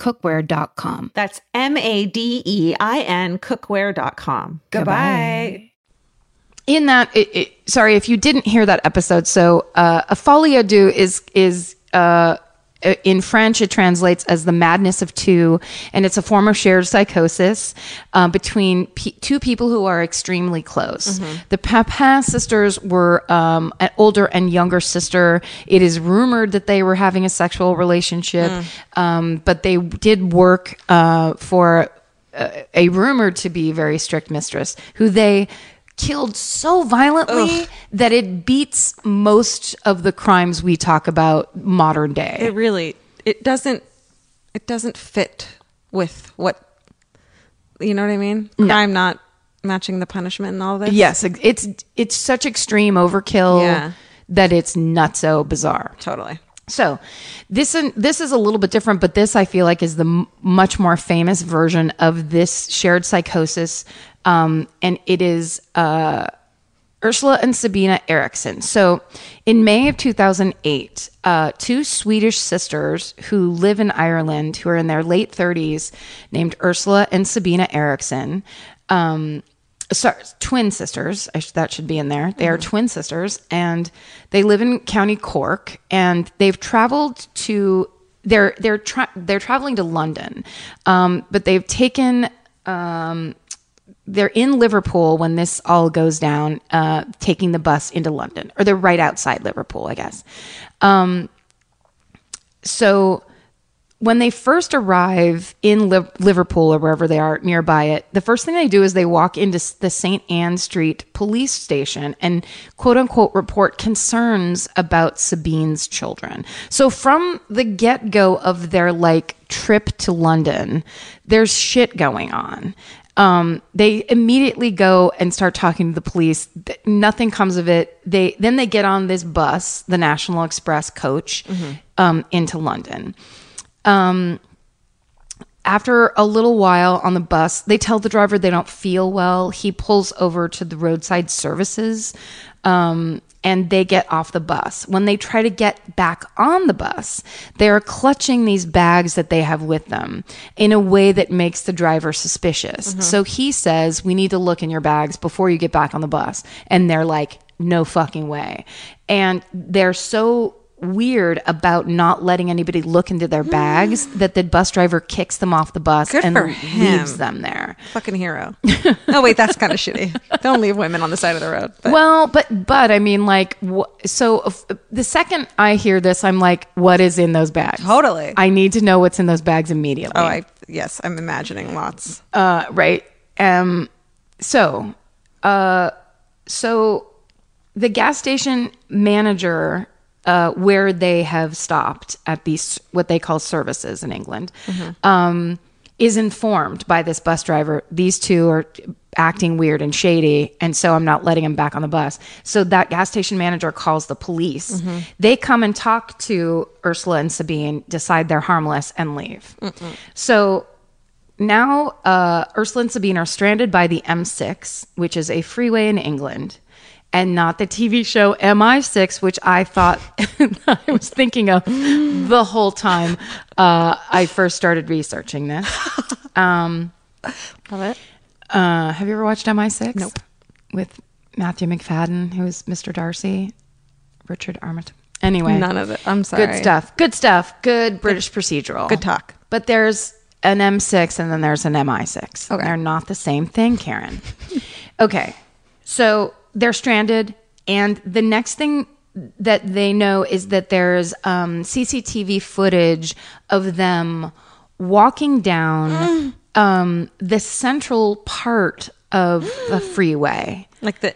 [SPEAKER 6] madeincookware.com.
[SPEAKER 4] That's M A D E I N cookware.com. Goodbye.
[SPEAKER 3] in that it, it, sorry if you didn't hear that episode so uh, a folie à deux is is uh, in French, it translates as the madness of two, and it's a form of shared psychosis uh, between pe- two people who are extremely close. The Papin sisters were um, an older and younger sister. It is rumored that they were having a sexual relationship, um, but they did work uh, for uh, a rumored to be very strict mistress who they killed so violently that it beats most of the crimes we talk about modern day.
[SPEAKER 7] It really it doesn't it doesn't fit with what you know what I mean? Crime not matching the punishment and all this.
[SPEAKER 3] yes, ex- it's it's such extreme overkill
[SPEAKER 7] Yeah.
[SPEAKER 3] that it's not so bizarre.
[SPEAKER 7] Totally.
[SPEAKER 3] So, this and this is a little bit different, but this I feel like is the m- much more famous version of this shared psychosis, um, and it is uh, Ursula and Sabina Eriksson. So, in May of 2008, uh, two Swedish sisters who live in Ireland, who are in their late 30s, named Ursula and Sabina Eriksson. Um, sorry, twin sisters. I sh- that should be in there. They are twin sisters, and they live in County Cork, and they've traveled to. They're they're tra- they're traveling to London, um, but they've taken. Um, they're in Liverpool when this all goes down, uh, taking the bus into London, or they're right outside Liverpool, I guess. Um, so when they first arrive in Liv- Liverpool or wherever they are nearby it, the first thing they do is they walk into s- the St. Anne Street police station and quote unquote report concerns about Sabine's children. So from the get go of their like trip to London, there's shit going on. Um, they immediately go and start talking to the police. Th- Nothing comes of it. They then they get on this bus, the National Express coach, um, into London after a little while on the bus, they tell the driver they don't feel well. He pulls over to the roadside services um, and they get off the bus. When they try to get back on the bus, they are clutching these bags that they have with them in a way that makes the driver suspicious.
[SPEAKER 7] Mm-hmm.
[SPEAKER 3] So he says, We need to look in your bags before you get back on the bus. And they're like, No fucking way. And they're so weird about not letting anybody look into their bags that the bus driver kicks them off the bus
[SPEAKER 7] Good
[SPEAKER 3] and
[SPEAKER 7] for him.
[SPEAKER 3] leaves them there.
[SPEAKER 7] Fucking hero. oh wait, that's kind of shitty. Don't leave women on the side of the road. But
[SPEAKER 3] Well, but but I mean, like, wh- so if, the second I hear this, I'm like, what is in those bags?
[SPEAKER 7] Totally.
[SPEAKER 3] I need to know what's in those bags immediately.
[SPEAKER 7] oh, I yes, I'm imagining lots.
[SPEAKER 3] uh, right. Um, so, uh, so the gas station manager. Uh, where they have stopped at these what they call services in England, um, is informed by this bus driver. These two are acting weird and shady, and so I'm not letting him back on the bus. So that gas station manager calls the police. They come and talk to Ursula and Sabine, decide they're harmless, and leave. So now uh, Ursula and Sabine are stranded by the M6, which is a freeway in England. And not the TV show MI6, which I thought I was thinking of the whole time uh, I first started researching this. Um, Uh, have you ever watched MI6? Nope. With Matthew McFadden, who's Mr. Darcy, Richard Armitage. Anyway,
[SPEAKER 7] None of it. I'm sorry.
[SPEAKER 3] Good stuff. Good stuff. Good British procedural.
[SPEAKER 7] Good talk.
[SPEAKER 3] But there's an M6 and then there's an MI6. Okay. They're not the same thing, Karen. okay. So they're stranded, and the next thing that they know is that there's um, CCTV footage of them walking down um, the central part of the freeway.
[SPEAKER 7] Like the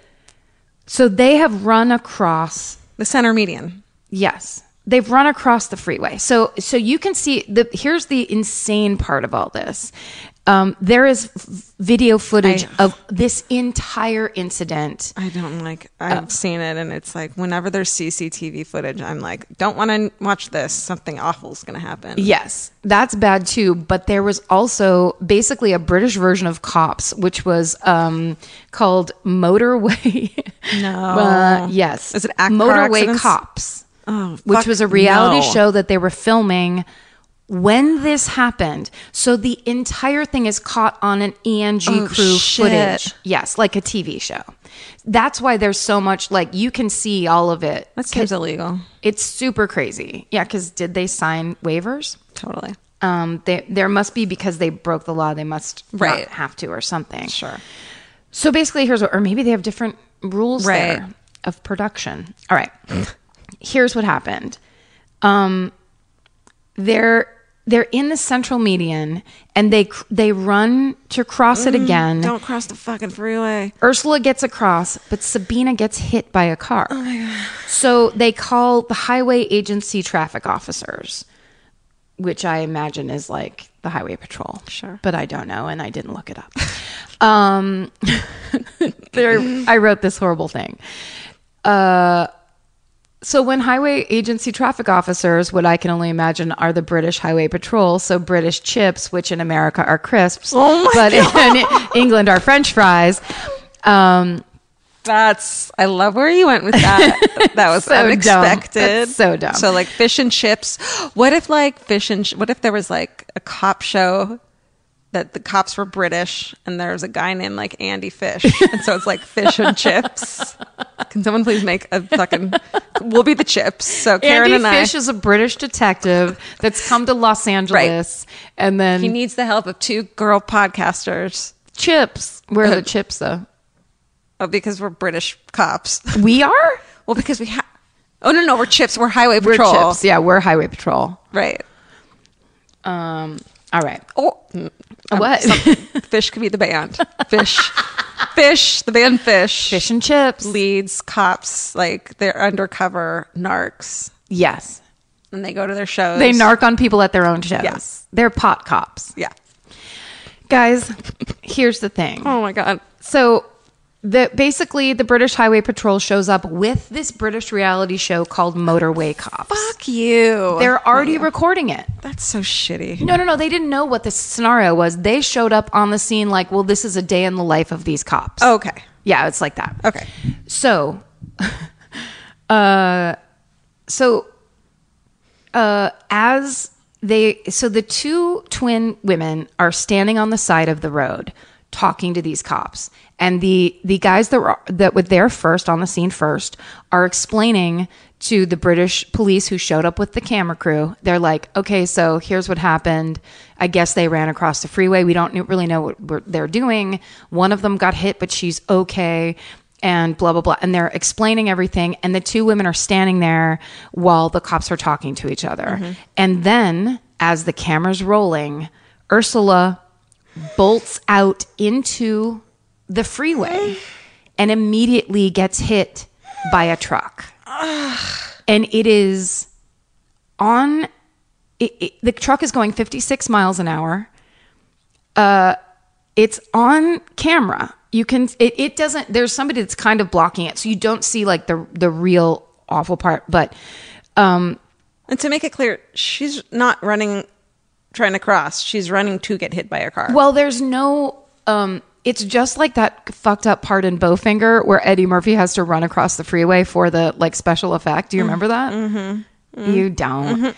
[SPEAKER 3] So they have run across
[SPEAKER 7] the center median.
[SPEAKER 3] Yes. They've run across the freeway. So so you can see the here's the insane part of all this. Um, there is v- video footage of this entire incident.
[SPEAKER 7] I don't like. I've seen it, and it's like whenever there's CCTV footage, I'm like, don't want to watch this. Something awful's gonna happen.
[SPEAKER 3] Yes, that's bad too. But there was also basically a British version of Cops, which was um, called Motorway.
[SPEAKER 7] No.
[SPEAKER 3] Uh, yes.
[SPEAKER 7] Oh. Is it act- car
[SPEAKER 3] Motorway
[SPEAKER 7] accidents?
[SPEAKER 3] Cops?
[SPEAKER 7] Oh,
[SPEAKER 3] which
[SPEAKER 7] fuck
[SPEAKER 3] was a reality
[SPEAKER 7] no.
[SPEAKER 3] show that they were filming when this happened. So the entire thing is caught on an ENG crew
[SPEAKER 7] Oh, shit.
[SPEAKER 3] footage. Yes, like a TV show. That's why there's so much like you can see all of it.
[SPEAKER 7] That seems illegal.
[SPEAKER 3] It's super crazy. Yeah, because did they sign waivers?
[SPEAKER 7] Totally.
[SPEAKER 3] Um, they, there must be because they broke the law. They must
[SPEAKER 7] Right.
[SPEAKER 3] not have to or something.
[SPEAKER 7] Sure.
[SPEAKER 3] So basically, here's what, or maybe they have different rules
[SPEAKER 7] Right.
[SPEAKER 3] there of production. All right. here's what happened. Um, they're they're in the central median, and they cr- they run to cross it again.
[SPEAKER 7] Mm, Don't cross the fucking freeway.
[SPEAKER 3] Ursula gets across, but Sabina gets hit by a car. So they call the highway agency traffic officers, which I imagine is like the highway patrol. Sure. But I don't know, and I didn't look it up. um, there, I wrote this horrible thing. Uh, So when highway agency traffic officers, what I can only imagine are the British Highway Patrol, so British chips, which in America are crisps, but in England are French fries. Um,
[SPEAKER 7] That's. I love where you went with that. That was
[SPEAKER 3] So dumb.
[SPEAKER 7] unexpected.
[SPEAKER 3] That's so dumb.
[SPEAKER 7] So like fish and chips. What if like fish and ch- what if there was like a cop show that the cops were British and there was a guy named like Andy Fish, and so it's like fish and chips. Can someone please make a fucking? We'll be the chips. So Karen
[SPEAKER 3] Andy
[SPEAKER 7] and I.
[SPEAKER 3] Fish is a British detective that's come to Los Angeles, and then
[SPEAKER 7] he needs the help of two girl podcasters
[SPEAKER 3] chips. Where are the chips though?
[SPEAKER 7] oh, because we're British cops.
[SPEAKER 3] We are.
[SPEAKER 7] Well, because we have. Oh no, no, we're chips. We're highway
[SPEAKER 3] We're
[SPEAKER 7] patrol.
[SPEAKER 3] chips. Yeah, we're Highway Patrol.
[SPEAKER 7] Right.
[SPEAKER 3] Um, all right.
[SPEAKER 7] Oh, mm, um,
[SPEAKER 3] What?
[SPEAKER 7] some- fish could be the band. Fish. fish. The band Fish.
[SPEAKER 3] Fish and chips.
[SPEAKER 7] leads cops like they're undercover narcs,
[SPEAKER 3] Yes,
[SPEAKER 7] and they go to their shows.
[SPEAKER 3] they narc on people at their own shows.
[SPEAKER 7] Yes.
[SPEAKER 3] they're pot cops.
[SPEAKER 7] Yeah.
[SPEAKER 3] Guys, here's the thing.
[SPEAKER 7] Oh my god.
[SPEAKER 3] So the basically the British Highway Patrol shows up with this British reality show called Motorway Cops.
[SPEAKER 7] Fuck you.
[SPEAKER 3] They're already recording it.
[SPEAKER 7] That's so shitty.
[SPEAKER 3] No, no, no. They didn't know what the scenario was. They showed up on the scene like, well, this is a day in the life of these cops.
[SPEAKER 7] Okay.
[SPEAKER 3] Yeah, it's like that.
[SPEAKER 7] Oh. Okay.
[SPEAKER 3] So, uh, so, uh, as they, so the two twin women are standing on the side of the road talking to these cops, and the the guys that were that were there first on the scene first are explaining to the British police who showed up with the camera crew. They're like, okay, so here's what happened. I guess they ran across the freeway. We don't kn- really know what we're, they're doing. One of them got hit, but she's okay. And blah, blah, blah. And they're explaining everything. And the two women are standing there while the cops are talking to each other. And then, as the camera's rolling, Ursula bolts out into the freeway and immediately gets hit by a truck and it is on it, it- the truck is going 56 miles an hour uh it's on camera you can it, it doesn't there's somebody that's kind of blocking it so you don't see like the the real awful part but um
[SPEAKER 7] And to make it clear, she's not running, trying to cross. She's running to get hit by a car.
[SPEAKER 3] Well, there's no. Um, it's just like that fucked up part in Bowfinger where Eddie Murphy has to run across the freeway for the like special effect. Do you remember that? Mm-hmm. Uh-huh, You don't.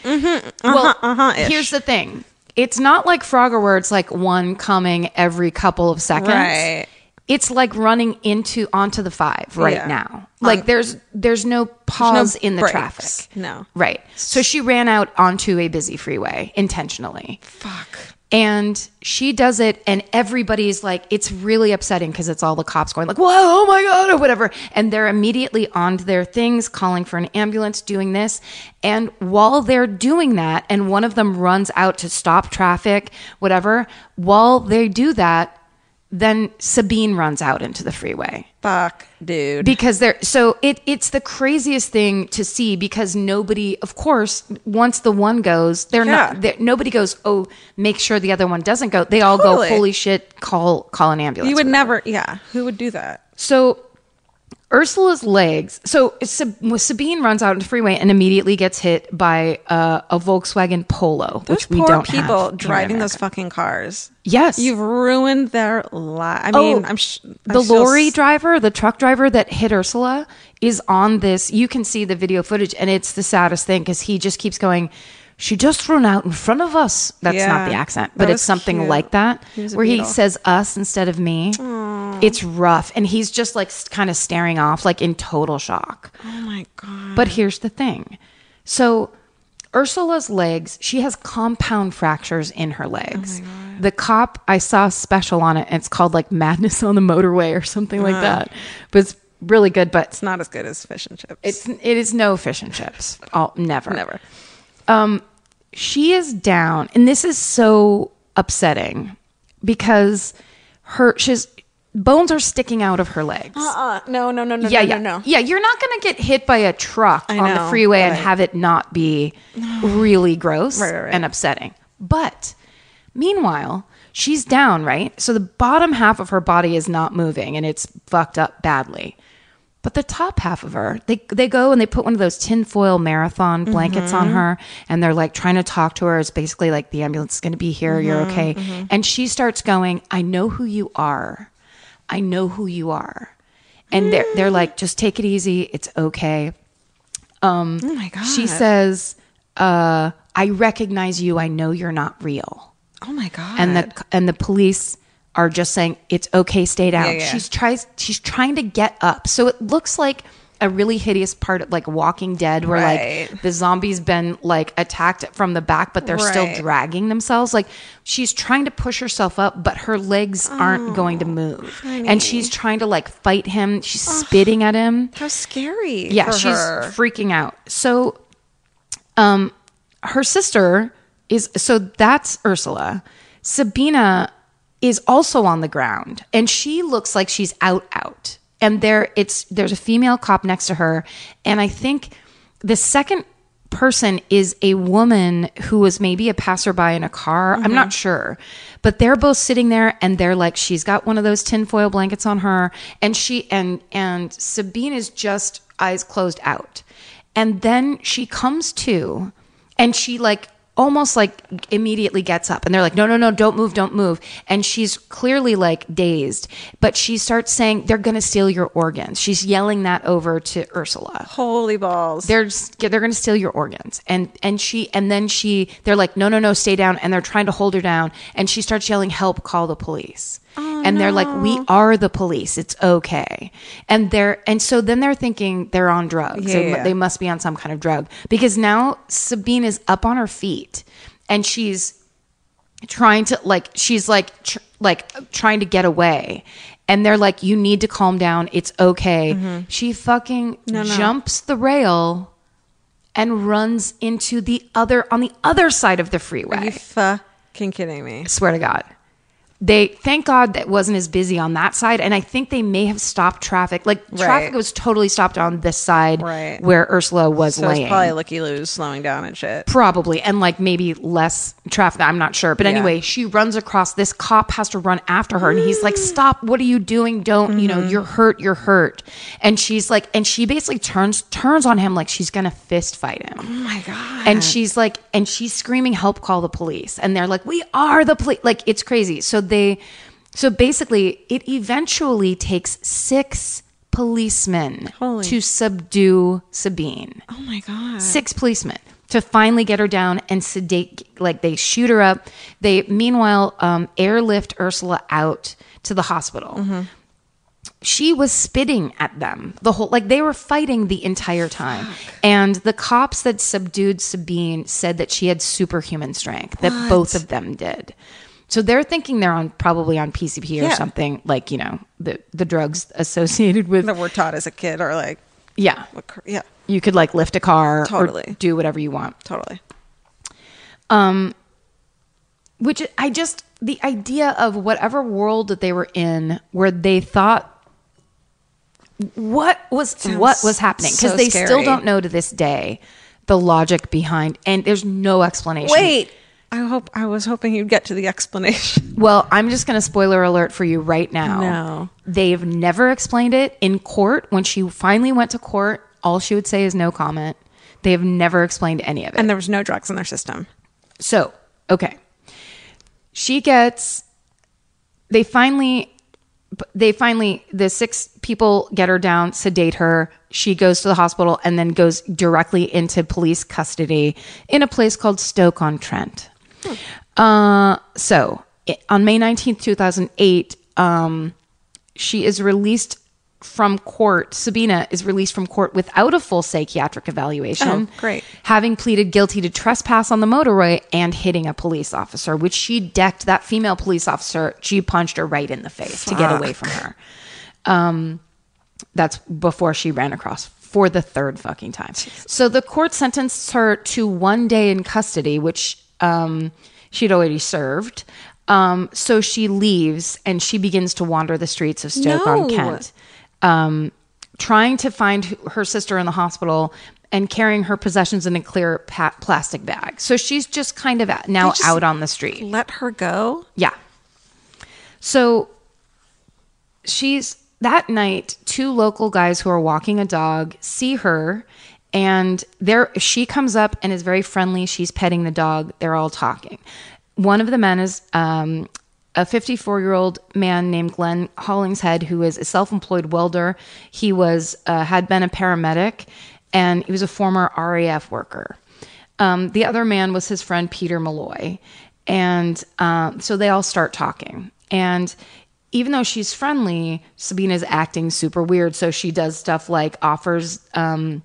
[SPEAKER 3] well, here's the thing. It's not like Frogger where it's like one coming every couple of seconds.
[SPEAKER 7] Right.
[SPEAKER 3] It's like running into onto the five right
[SPEAKER 7] Yeah.
[SPEAKER 3] now. Like there's there's no pause in the
[SPEAKER 7] breaks.
[SPEAKER 3] traffic.
[SPEAKER 7] No.
[SPEAKER 3] Right. So she ran out onto a busy freeway intentionally. Fuck. And she does it, and everybody's like, it's really upsetting because it's all the cops going like, "Whoa, oh my god," or whatever, and they're immediately on to their things, calling for an ambulance, doing this, and while they're doing that, and one of them runs out to stop traffic, whatever. While they do that, then Sabine runs out into the freeway
[SPEAKER 7] Fuck, dude.
[SPEAKER 3] because they're so it it's the craziest thing to see because nobody of course once the one goes they're
[SPEAKER 7] Yeah.
[SPEAKER 3] not they nobody goes oh make sure the other one doesn't go they all
[SPEAKER 7] Totally.
[SPEAKER 3] go holy shit call call an ambulance
[SPEAKER 7] you would never. Yeah. Who would do that?
[SPEAKER 3] so Ursula's legs. So Sab- Sabine runs out into the freeway and immediately gets hit by uh, a Volkswagen Polo,
[SPEAKER 7] Those
[SPEAKER 3] which we
[SPEAKER 7] poor
[SPEAKER 3] don't have
[SPEAKER 7] people
[SPEAKER 3] in
[SPEAKER 7] driving those
[SPEAKER 3] America.
[SPEAKER 7] fucking cars.
[SPEAKER 3] Yes,
[SPEAKER 7] You've ruined their life. I mean,
[SPEAKER 3] Oh,
[SPEAKER 7] I'm sh- I
[SPEAKER 3] the
[SPEAKER 7] feel
[SPEAKER 3] lorry
[SPEAKER 7] s-
[SPEAKER 3] driver, the truck driver that hit Ursula is on this. You can see the video footage, and it's the saddest thing because he just keeps going. She just run out in front of us. That's
[SPEAKER 7] Yeah.
[SPEAKER 3] not the accent,
[SPEAKER 7] That
[SPEAKER 3] but
[SPEAKER 7] was
[SPEAKER 3] it's something
[SPEAKER 7] cute.
[SPEAKER 3] like that,
[SPEAKER 7] was a
[SPEAKER 3] where he
[SPEAKER 7] beetle.
[SPEAKER 3] says "us" instead of "me." It's rough, and he's just like kind of staring off, like in total shock.
[SPEAKER 7] Oh my god.
[SPEAKER 3] But here's the thing. So Ursula's legs, she has compound fractures in her legs. the cop, I saw a special on it, and it's called like Madness on the Motorway or something like that. But it's really good, but
[SPEAKER 7] It's not as good as fish and chips.
[SPEAKER 3] it's it is no fish and chips. All never.
[SPEAKER 7] never.
[SPEAKER 3] She is down, and this is so upsetting because her she's bones are sticking out of her legs.
[SPEAKER 7] Uh-uh. No, no, no, no,
[SPEAKER 3] yeah,
[SPEAKER 7] no,
[SPEAKER 3] yeah,
[SPEAKER 7] no, no.
[SPEAKER 3] yeah. You're not going to get hit by a truck
[SPEAKER 7] I
[SPEAKER 3] on
[SPEAKER 7] know,
[SPEAKER 3] the freeway and
[SPEAKER 7] but I-
[SPEAKER 3] have it not be really gross
[SPEAKER 7] Right, right, right.
[SPEAKER 3] and upsetting. But meanwhile, she's down, right? So the bottom half of her body is not moving and it's fucked up badly. But the top half of her, they they go and they put one of those tinfoil
[SPEAKER 7] Mm-hmm.
[SPEAKER 3] marathon blankets on her, and they're like trying to talk to her. It's basically like the ambulance is going to be here. You're
[SPEAKER 7] Mm-hmm,
[SPEAKER 3] okay. And she starts going, "I know who you are. I know who you are." And they're
[SPEAKER 7] Mm.
[SPEAKER 3] they're like, "Just take it easy. It's okay." Um,
[SPEAKER 7] Oh my god.
[SPEAKER 3] she says, uh, "I recognize you. I know you're not real."
[SPEAKER 7] Oh my god.
[SPEAKER 3] And the and the police are just saying it's okay, stay down.
[SPEAKER 7] yeah.
[SPEAKER 3] She's tries she's trying to get up, so it looks like a really hideous part of like Walking Dead, where
[SPEAKER 7] Right.
[SPEAKER 3] like the zombies been like attacked from the back, but they're still
[SPEAKER 7] Right.
[SPEAKER 3] dragging themselves. Like she's trying to push herself up, but her legs
[SPEAKER 7] Oh,
[SPEAKER 3] aren't going to move, and she's trying to like fight him. She's spitting at him
[SPEAKER 7] how scary.
[SPEAKER 3] yeah
[SPEAKER 7] for
[SPEAKER 3] she's
[SPEAKER 7] her.
[SPEAKER 3] freaking out so um her sister is so that's ursula sabina is also on the ground and she looks like she's out out and there it's there's a female cop next to her and i think the second person is a woman who was maybe a passerby in a car. I'm not sure. But they're both sitting there and they're like, she's got one of those tinfoil blankets on her. And she and and Sabine is just eyes closed out. And then she comes to and she like almost like immediately gets up and they're like no no no don't move don't move and she's clearly like dazed but she starts saying they're going to steal your organs she's yelling that over to Ursula
[SPEAKER 7] Holy balls.
[SPEAKER 3] they're just, they're going to steal your organs and and she and then she they're like no no no stay down and they're trying to hold her down and she starts yelling help call the police
[SPEAKER 7] Oh,
[SPEAKER 3] and they're like we are the police it's okay and they're and so then they're thinking they're on drugs They-
[SPEAKER 7] yeah, yeah.
[SPEAKER 3] they must be on some kind of drug because now Sabine is up on her feet and she's trying to like she's like tr- like trying to get away and they're like you need to calm down it's okay
[SPEAKER 7] Mm-hmm.
[SPEAKER 3] she fucking jumps the rail and runs into the other on the other side of the freeway
[SPEAKER 7] you fucking kidding me?
[SPEAKER 3] swear to god they thank god that wasn't as busy on that side and i think they may have stopped traffic like traffic
[SPEAKER 7] Right.
[SPEAKER 3] was totally stopped on this side
[SPEAKER 7] Right.
[SPEAKER 3] where ursula was
[SPEAKER 7] So
[SPEAKER 3] laying
[SPEAKER 7] it's probably looky loos slowing down and shit.
[SPEAKER 3] probably and like maybe less traffic i'm not sure but anyway she runs across this cop has to run after her and he's like stop what are you doing don't you know you're hurt you're hurt and she's like and she basically turns turns on him like she's gonna fist fight him oh my god and she's like and she's screaming help call the police and they're like we are the police like it's crazy so they so basically it eventually takes six policemen to subdue sabine
[SPEAKER 7] Oh my god.
[SPEAKER 3] six policemen to finally get her down and sedate like they shoot her up they meanwhile um, airlift ursula out to the hospital
[SPEAKER 7] Mm-hmm.
[SPEAKER 3] she was spitting at them the whole like they were fighting the entire time and the cops that subdued sabine said that she had superhuman strength that both of them did so they're thinking they're on probably on pcp or
[SPEAKER 7] Yeah.
[SPEAKER 3] something like you know the, the drugs associated with
[SPEAKER 7] That we're taught as a kid are like,
[SPEAKER 3] yeah
[SPEAKER 7] what cr- yeah,
[SPEAKER 3] you could like lift a car or
[SPEAKER 7] Totally.
[SPEAKER 3] do whatever you want
[SPEAKER 7] totally.
[SPEAKER 3] which I just the idea of whatever world that they were in where they thought what was what was happening because
[SPEAKER 7] so
[SPEAKER 3] they still
[SPEAKER 7] scary.
[SPEAKER 3] don't know to this day the logic behind and there's no explanation
[SPEAKER 7] Wait. I hope I was hoping you'd get to the explanation.
[SPEAKER 3] well i'm just going to spoiler alert for you right now
[SPEAKER 7] No.
[SPEAKER 3] they've never explained it in court when she finally went to court all she would say is no comment they have never explained any of it
[SPEAKER 7] And there was no drugs in their system.
[SPEAKER 3] So, okay. She gets they finally they finally the six people get her down, sedate her. She goes to the hospital and then goes directly into police custody in a place called Stoke on Trent. Uh, so i- on May 19th, 2008, um, she is released from court. Sabina is released from court without a full psychiatric evaluation.
[SPEAKER 7] Oh, great.
[SPEAKER 3] Having pleaded guilty to trespass on the motorway and hitting a police officer, which she decked that female police officer. She punched her right in the face to get away from her. That's before she ran across for the third fucking time. So the court sentenced her to one day in custody, which um, she'd already served. Um, so she leaves and she begins to wander the streets of Stoke on Kent, um, trying to find who- her sister in the hospital and carrying her possessions in a clear pa- plastic bag. So she's just kind of out, now
[SPEAKER 7] just-
[SPEAKER 3] out on the street.
[SPEAKER 7] Let her go.
[SPEAKER 3] Yeah. So she's that night, two local guys who are walking a dog see her and there she comes up and is very friendly. She's petting the dog. They're all talking. One of the men is um a 54 year old man named Glenn Hollingshead, who is a self employed welder. He was, uh, had been a paramedic and he was a former RAF worker. Um, the other man was his friend Peter Malloy. And um, so they all start talking. And even though she's friendly, Sabina's acting super weird. So she does stuff like offers, um,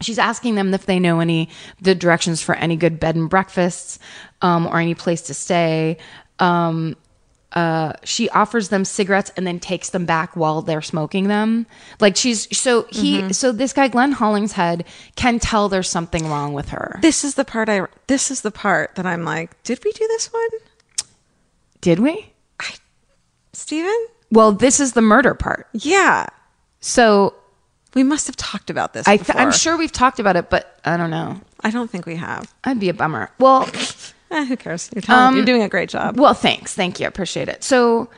[SPEAKER 3] she's asking them if they know any, the directions for any good bed and breakfasts um, or any place to stay. Um, uh, she offers them cigarettes and then takes them back while they're smoking them. Like she's so he so this guy Glenn Hollingshead can tell there's something wrong with her.
[SPEAKER 7] This is the part I. This is the part that I'm like, did we do this one,
[SPEAKER 3] Did we?
[SPEAKER 7] Steven?
[SPEAKER 3] Well, this is the murder part.
[SPEAKER 7] Yeah,
[SPEAKER 3] So
[SPEAKER 7] we must have talked about this.
[SPEAKER 3] I
[SPEAKER 7] before.
[SPEAKER 3] th- I'm sure we've talked about it, but I don't know.
[SPEAKER 7] I don't think we have.
[SPEAKER 3] That'd be a bummer. Well,
[SPEAKER 7] Eh, who cares? You're, telling,
[SPEAKER 3] Um,
[SPEAKER 7] you're doing a great job.
[SPEAKER 3] well, thanks. Thank you. I appreciate it. So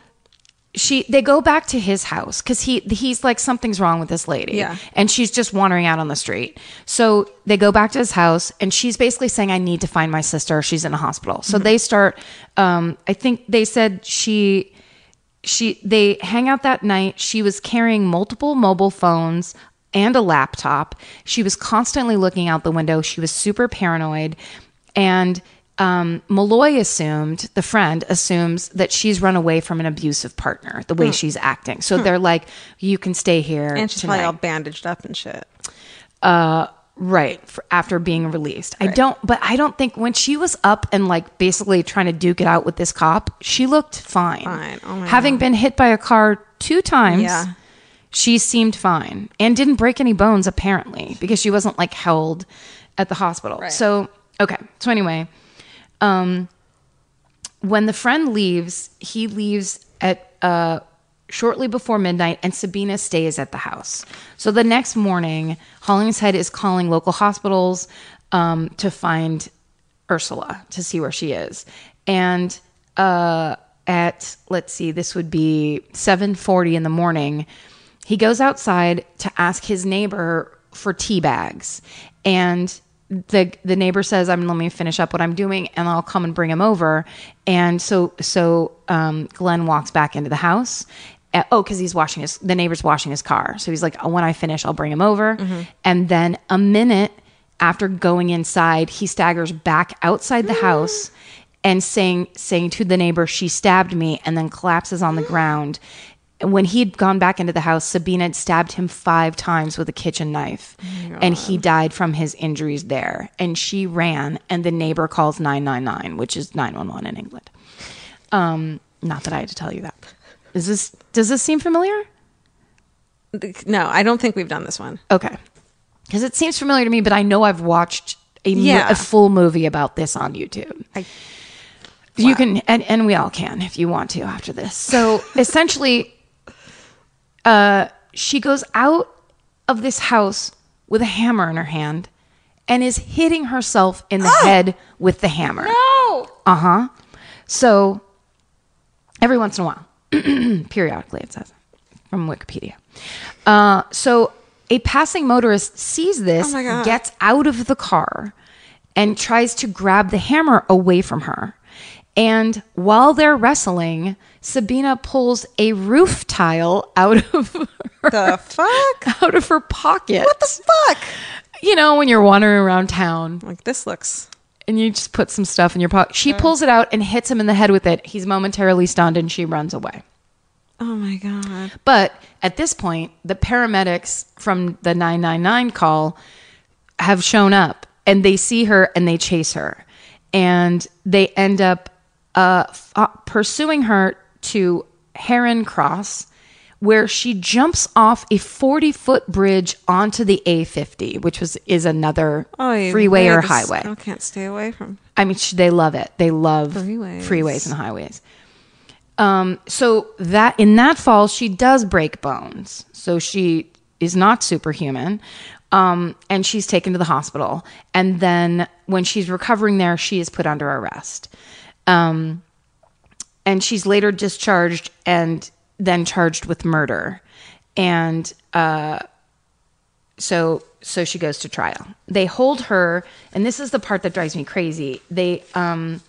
[SPEAKER 3] she they go back to his house cuz he he's like something's wrong with this lady
[SPEAKER 7] Yeah.
[SPEAKER 3] and she's just wandering out on the street. So they go back to his house and she's basically saying I need to find my sister. She's in a hospital.
[SPEAKER 7] Mm-hmm.
[SPEAKER 3] So they start um I think they said she she they hang out that night she was carrying multiple mobile phones and a laptop she was constantly looking out the window she was super paranoid and um, Malloy assumed, the friend assumes that she's run away from an abusive partner, the way she's acting. So they're like, you can stay here.
[SPEAKER 7] Hmm. And she's
[SPEAKER 3] tonight."
[SPEAKER 7] probably all bandaged up and shit.
[SPEAKER 3] Right. For after being released. I don't, but I don't think when she was up and like basically trying to duke it out with this cop, she looked fine.
[SPEAKER 7] Fine. Oh my
[SPEAKER 3] Having been hit by a car two times,
[SPEAKER 7] Yeah.
[SPEAKER 3] she seemed fine and didn't break any bones apparently because she wasn't like held at the hospital. So, okay. So, anyway, um, when the friend leaves, he leaves at uh, shortly before midnight, and Sabina stays at the house. So the next morning, Hollingshead is calling local hospitals um, to find Ursula to see where she is, and uh, at let's see, this would be seven forty in the morning. He goes outside to ask his neighbor for tea bags, and the the neighbor says, "I'm let me finish up what I'm doing, and I'll come and bring him over." And so so um, Glenn walks back into the house. Uh, oh, because he's washing his the neighbor's washing his car, so he's like, "Oh, "When I finish, I'll bring him over." And then a minute after going inside, he staggers back outside the house and saying saying to the neighbor, "She stabbed me," and then collapses on the ground. And When he had gone back into the house, Sabina had stabbed him five times with a kitchen knife, and he died from his injuries there. And she ran, and the neighbor calls nine nine nine, which is nine one one in England. Um, not that I had to tell you that. Is this does this seem familiar?
[SPEAKER 7] No, I don't think we've done this one.
[SPEAKER 3] Okay. Because it seems familiar to me, but I know I've watched a, mo-
[SPEAKER 7] Yeah.
[SPEAKER 3] a full movie about this on YouTube. You can, and, and we all can if you want to after this. So essentially, uh, she goes out of this house with a hammer in her hand and is hitting herself in the head with the hammer.
[SPEAKER 7] Oh,
[SPEAKER 3] Uh huh. So every once in a while, periodically, it says from Wikipedia. Uh, so a passing motorist sees
[SPEAKER 7] Oh
[SPEAKER 3] this, gets out of the car, and tries to grab the hammer away from her. And while they're wrestling, Sabina pulls a roof tile out of her,
[SPEAKER 7] the fuck!
[SPEAKER 3] out of her pocket. What the
[SPEAKER 7] Fuck!
[SPEAKER 3] You know, when you're wandering around town
[SPEAKER 7] Like this looks.
[SPEAKER 3] and you just put some stuff in your pocket. She pulls it out and hits him in the head with it. He's momentarily stunned and she runs away.
[SPEAKER 7] Oh my god.
[SPEAKER 3] But at this point, the paramedics from the 999 call have shown up and they see her and they chase her. And they end up uh, f- uh, pursuing her to Heron Cross, where she jumps off a 40 foot bridge onto the A50, which was, is another
[SPEAKER 7] Oy
[SPEAKER 3] freeway
[SPEAKER 7] vey,
[SPEAKER 3] or
[SPEAKER 7] this-
[SPEAKER 3] highway.
[SPEAKER 7] I can't stay away from.
[SPEAKER 3] I mean, sh- they love it. They love
[SPEAKER 7] Freeways.
[SPEAKER 3] freeways, and highways. Um, so that in that fall, she does break bones. So she is not superhuman, um, and she's taken to the hospital. And then when she's recovering there, she is put under arrest. Um, and she's later discharged and then charged with murder. And uh, so so she goes to trial they hold her and this is the part that drives me crazy they um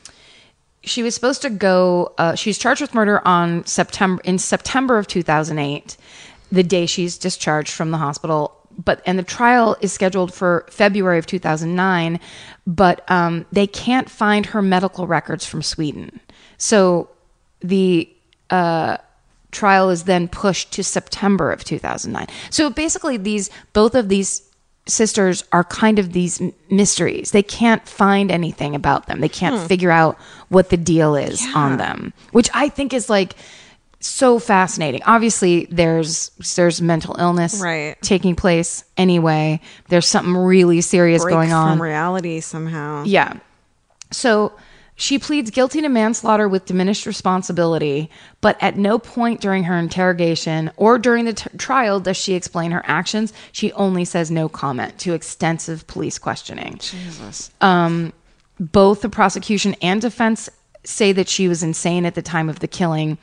[SPEAKER 3] she was supposed to go uh, she's charged with murder on september in september of 2008 the day she's discharged from the hospital but and the trial is scheduled for february of 2009 but um, they can't find her medical records from sweden so the uh, trial is then pushed to September of 2009. So basically, these both of these sisters are kind of these m- mysteries. They can't find anything about them. They
[SPEAKER 7] Hmm.
[SPEAKER 3] can't figure out what the deal is on them, which I think is like so fascinating. Obviously, there's there's mental illness
[SPEAKER 7] Right.
[SPEAKER 3] taking place anyway. There's something really serious
[SPEAKER 7] Break
[SPEAKER 3] going on.
[SPEAKER 7] from reality somehow.
[SPEAKER 3] Yeah. So She pleads guilty to manslaughter with diminished responsibility, but at no point during her interrogation or during the t- trial does she explain her actions. She only says no comment to extensive police questioning. Jesus. Um, both the prosecution and defense say that she was insane at the time of the killing,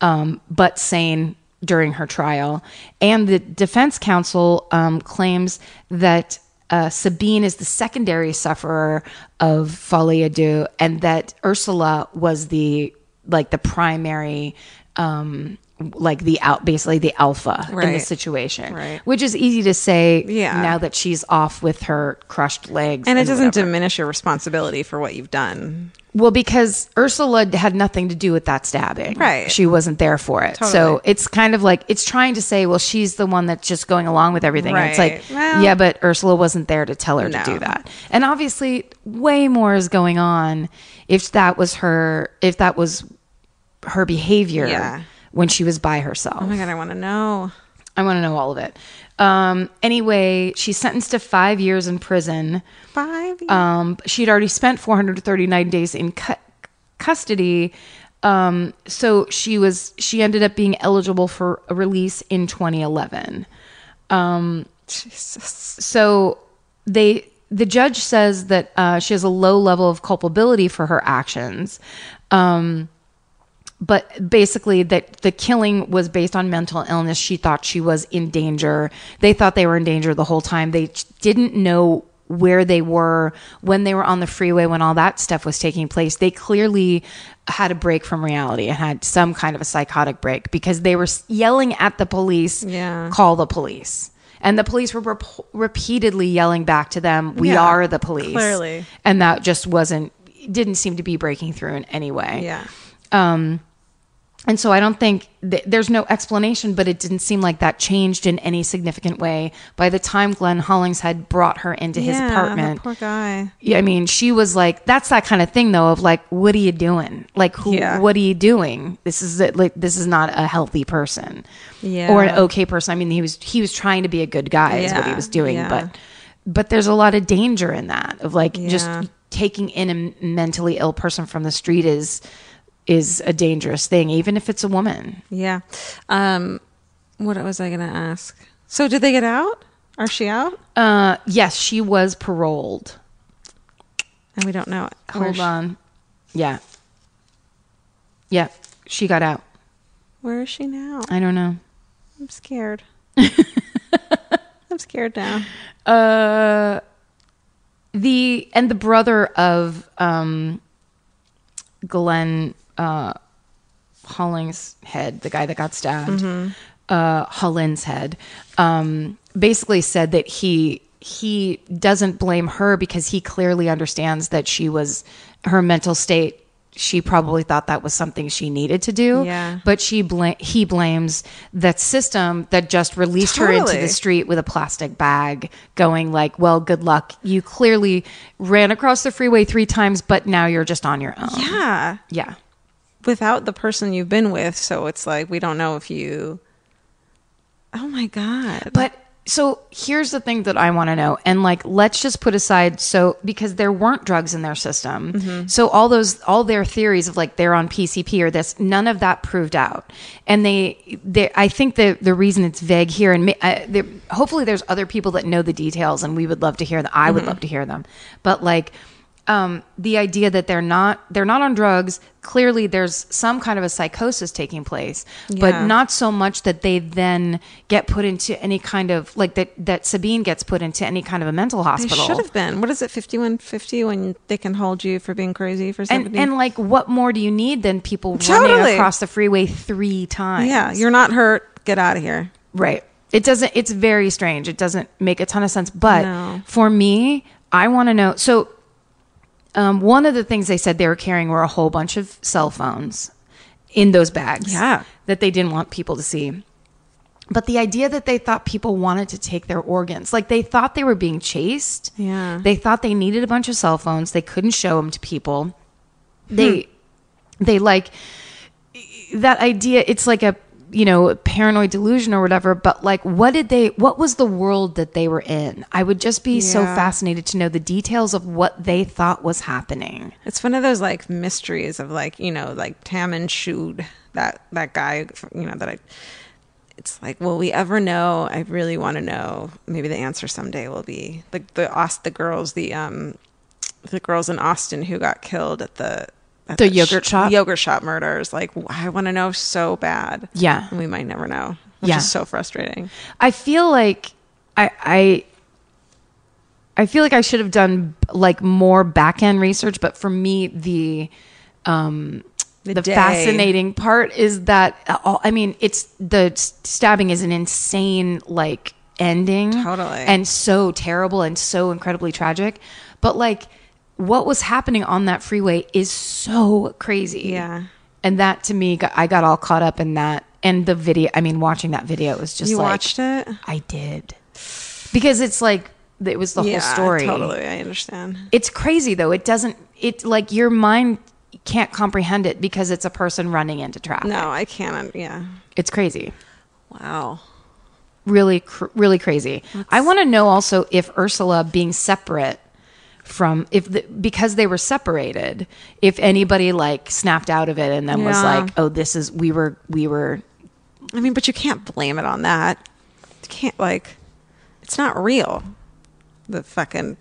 [SPEAKER 3] um, but sane during her trial. And the defense counsel um, claims that uh, Sabine is the secondary sufferer of folie à deux, and that Ursula was the like the primary, um, like the out basically the alpha in the
[SPEAKER 7] Right.
[SPEAKER 3] situation,
[SPEAKER 7] Right.
[SPEAKER 3] which is easy to say
[SPEAKER 7] Yeah.
[SPEAKER 3] now that she's off with her crushed legs,
[SPEAKER 7] And it doesn't
[SPEAKER 3] whatever.
[SPEAKER 7] diminish your responsibility for what you've done.
[SPEAKER 3] Well, because Ursula had nothing to do with that stabbing.
[SPEAKER 7] Right.
[SPEAKER 3] She wasn't there for it. So
[SPEAKER 7] Totally.
[SPEAKER 3] it's kind of like it's trying to say, well, she's the one that's just going along with everything. And it's like,
[SPEAKER 7] Right. Well-
[SPEAKER 3] yeah, but Ursula wasn't there to tell her to do
[SPEAKER 7] No.
[SPEAKER 3] that. And obviously, way more is going on if that was her, if that was her behavior
[SPEAKER 7] Yeah.
[SPEAKER 3] when she was by herself.
[SPEAKER 7] Oh my God, I want to know.
[SPEAKER 3] I want to know all of it. Um, anyway, she's sentenced to five years in prison.
[SPEAKER 7] Five years.
[SPEAKER 3] Um, she'd already spent 439 days in cu- custody. Um, so she was she ended up being eligible for a release in 2011. Um, so they the judge says that uh, she has a low level of culpability for her actions. Um, but basically that the killing was based on mental illness she thought she was in danger they thought they were in danger the whole time they j- didn't know where they were when they were on the freeway when all that stuff was taking place they clearly had a break from reality and had some kind of a psychotic break because they were s- yelling at the police
[SPEAKER 7] Yeah.
[SPEAKER 3] call the police and the police were rep- repeatedly yelling back to them we
[SPEAKER 7] Yeah,
[SPEAKER 3] are the police
[SPEAKER 7] clearly.
[SPEAKER 3] and that just wasn't didn't seem to be breaking through in any way
[SPEAKER 7] Yeah.
[SPEAKER 3] and so I don't think th- there's no explanation, but it didn't seem like that changed in any significant way by the time Glenn Hollings had brought her into his
[SPEAKER 7] Yeah, that
[SPEAKER 3] apartment.
[SPEAKER 7] Poor guy.
[SPEAKER 3] Yeah, I mean, she was like, that's that kind of thing though, of like, what are you doing? Like, who,
[SPEAKER 7] Yeah.
[SPEAKER 3] what are you doing? This is it. Like, this is not a healthy person
[SPEAKER 7] Yeah.
[SPEAKER 3] or an okay person. I mean, he was, he was trying to be a good guy is what he
[SPEAKER 7] Yeah,
[SPEAKER 3] was doing,
[SPEAKER 7] yeah.
[SPEAKER 3] but, but there's a lot of danger in that of like
[SPEAKER 7] Yeah.
[SPEAKER 3] just taking in a m- mentally ill person from the street is, is a dangerous thing, even if it's a woman.
[SPEAKER 7] Yeah. Um, what was I going to ask? So did they get out? Are she out?
[SPEAKER 3] Uh, yes, she was paroled.
[SPEAKER 7] And we don't know. it. Where
[SPEAKER 3] Hold
[SPEAKER 7] she-
[SPEAKER 3] on. Yeah. Yeah. She got out.
[SPEAKER 7] Where is she now?
[SPEAKER 3] I don't know.
[SPEAKER 7] I'm scared. I'm scared now.
[SPEAKER 3] Uh, the and the brother of um, Glenn uh, Hollings head, the guy that got stabbed, uh, Hollins head, um, basically said that he he doesn't blame her because he clearly understands that she was her mental state. She probably thought that was something she needed to do,
[SPEAKER 7] Yeah.
[SPEAKER 3] but she bla- he blames that system that just released her into the
[SPEAKER 7] Totally.
[SPEAKER 3] street street with a plastic bag going like well good luck you clearly ran across the freeway three times but now you're just on your own
[SPEAKER 7] Yeah.
[SPEAKER 3] yeah
[SPEAKER 7] Without the person you've been with. So it's like, we don't know if you. Oh my God.
[SPEAKER 3] but so here's the thing that i want to know and like let's just put aside so because there weren't drugs in their system so all those all their theories of like they're on pcp or this none of that proved out and they they i think the the reason it's vague here and ma- I, there, hopefully there's other people that know the details and we would love to hear them i would love to hear them but like um, the idea that they're not they're not on drugs clearly there's some kind of a psychosis taking place but
[SPEAKER 7] Yeah.
[SPEAKER 3] not so much that they then get put into any kind of like that that sabine gets put into any kind of a mental
[SPEAKER 7] They
[SPEAKER 3] hospital
[SPEAKER 7] should have been. What is it, 5150 when they can hold you for being crazy for
[SPEAKER 3] and,
[SPEAKER 7] something?
[SPEAKER 3] and like what more do you need than people running
[SPEAKER 7] Totally.
[SPEAKER 3] across the freeway three times
[SPEAKER 7] yeah, you're not hurt. Get out of here.
[SPEAKER 3] Right. It doesn't it's very strange. It doesn't make a ton of sense, but
[SPEAKER 7] No.
[SPEAKER 3] for me, I want to know. So um, one of the things they said they were carrying were a whole bunch of cell phones in those bags
[SPEAKER 7] Yeah.
[SPEAKER 3] that they didn't want people to see. But the idea that they thought people wanted to take their organs, like they thought they were being chased.
[SPEAKER 7] Yeah.
[SPEAKER 3] They thought they needed a bunch of cell phones. They couldn't show them to people.
[SPEAKER 7] Hmm.
[SPEAKER 3] They, they like that idea. It's like a you know, paranoid delusion or whatever, but like, what did they, what was the world that they were in? I would just be so
[SPEAKER 7] Yeah.
[SPEAKER 3] fascinated to know the details of what they thought was happening.
[SPEAKER 7] It's one of those like mysteries of like you know like Tammin Shud that that guy you know that I. It's like will we ever know? I really want to know. Maybe the answer someday will be like the Aus the girls the um the girls in Austin who got killed at the at
[SPEAKER 3] The yogurt shop?
[SPEAKER 7] yogurt shop murders. Like I want to know so bad.
[SPEAKER 3] Yeah.
[SPEAKER 7] and we might never know. Which
[SPEAKER 3] Yeah.
[SPEAKER 7] is so frustrating.
[SPEAKER 3] I feel like I, I, I feel like I should have done like more back end research, but for me, the, um, the,
[SPEAKER 7] day.
[SPEAKER 3] fascinating part is that all, I mean, it's the s- stabbing is an insane like ending,
[SPEAKER 7] Totally.
[SPEAKER 3] and so terrible and so incredibly tragic. But like, what was happening on that freeway is so crazy.
[SPEAKER 7] Yeah.
[SPEAKER 3] and that to me, got, I got all caught up in that. And the video, I mean, watching that video was just
[SPEAKER 7] You
[SPEAKER 3] like,
[SPEAKER 7] watched it?
[SPEAKER 3] I did because it's like it was the whole story.
[SPEAKER 7] Totally, I understand.
[SPEAKER 3] It's crazy though. It doesn't. It like your mind can't comprehend it because it's a person running into traffic.
[SPEAKER 7] No, I can't. Yeah.
[SPEAKER 3] It's crazy.
[SPEAKER 7] Wow.
[SPEAKER 3] Really, cr- really crazy. I want to know also if Ursula being separate from if the, because they were separated, if anybody like snapped out of it and then was
[SPEAKER 7] Yeah.
[SPEAKER 3] like, "Oh, this is we were we were."
[SPEAKER 7] I mean, but you can't blame it on that. You can't like, it's not real. The fucking,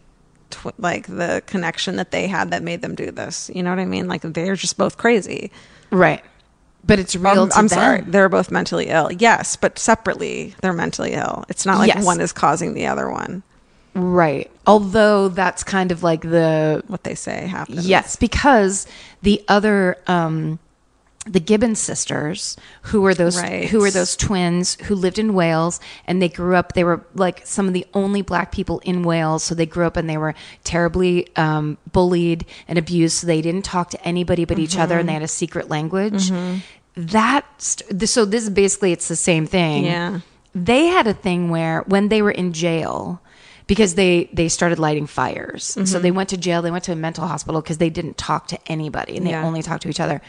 [SPEAKER 7] tw- like the connection that they had that made them do this. You know what I mean? Like they're just both crazy.
[SPEAKER 3] Right. But it's real.
[SPEAKER 7] Um,
[SPEAKER 3] to
[SPEAKER 7] I'm sorry,
[SPEAKER 3] them.
[SPEAKER 7] they're both mentally ill. Yes, but separately, they're mentally ill. It's not like
[SPEAKER 3] Yes.
[SPEAKER 7] one is causing the other one.
[SPEAKER 3] Right. Although that's kind of like the
[SPEAKER 7] What they say happens.
[SPEAKER 3] Yes, because the other um the Gibbon sisters, who were those
[SPEAKER 7] Right.
[SPEAKER 3] who were those twins who lived in Wales and they grew up they were like some of the only black people in Wales, so they grew up and they were terribly um, bullied and abused, so they didn't talk to anybody but each other and
[SPEAKER 7] Mm-hmm.
[SPEAKER 3] they had a secret language. That st- th- so this is basically it's the same thing
[SPEAKER 7] Yeah.
[SPEAKER 3] they had a thing where when they were in jail because they they started lighting fires
[SPEAKER 7] Mm-hmm.
[SPEAKER 3] so they went to jail they went to a mental hospital because they didn't talk to anybody and they
[SPEAKER 7] Yeah.
[SPEAKER 3] only talked to each other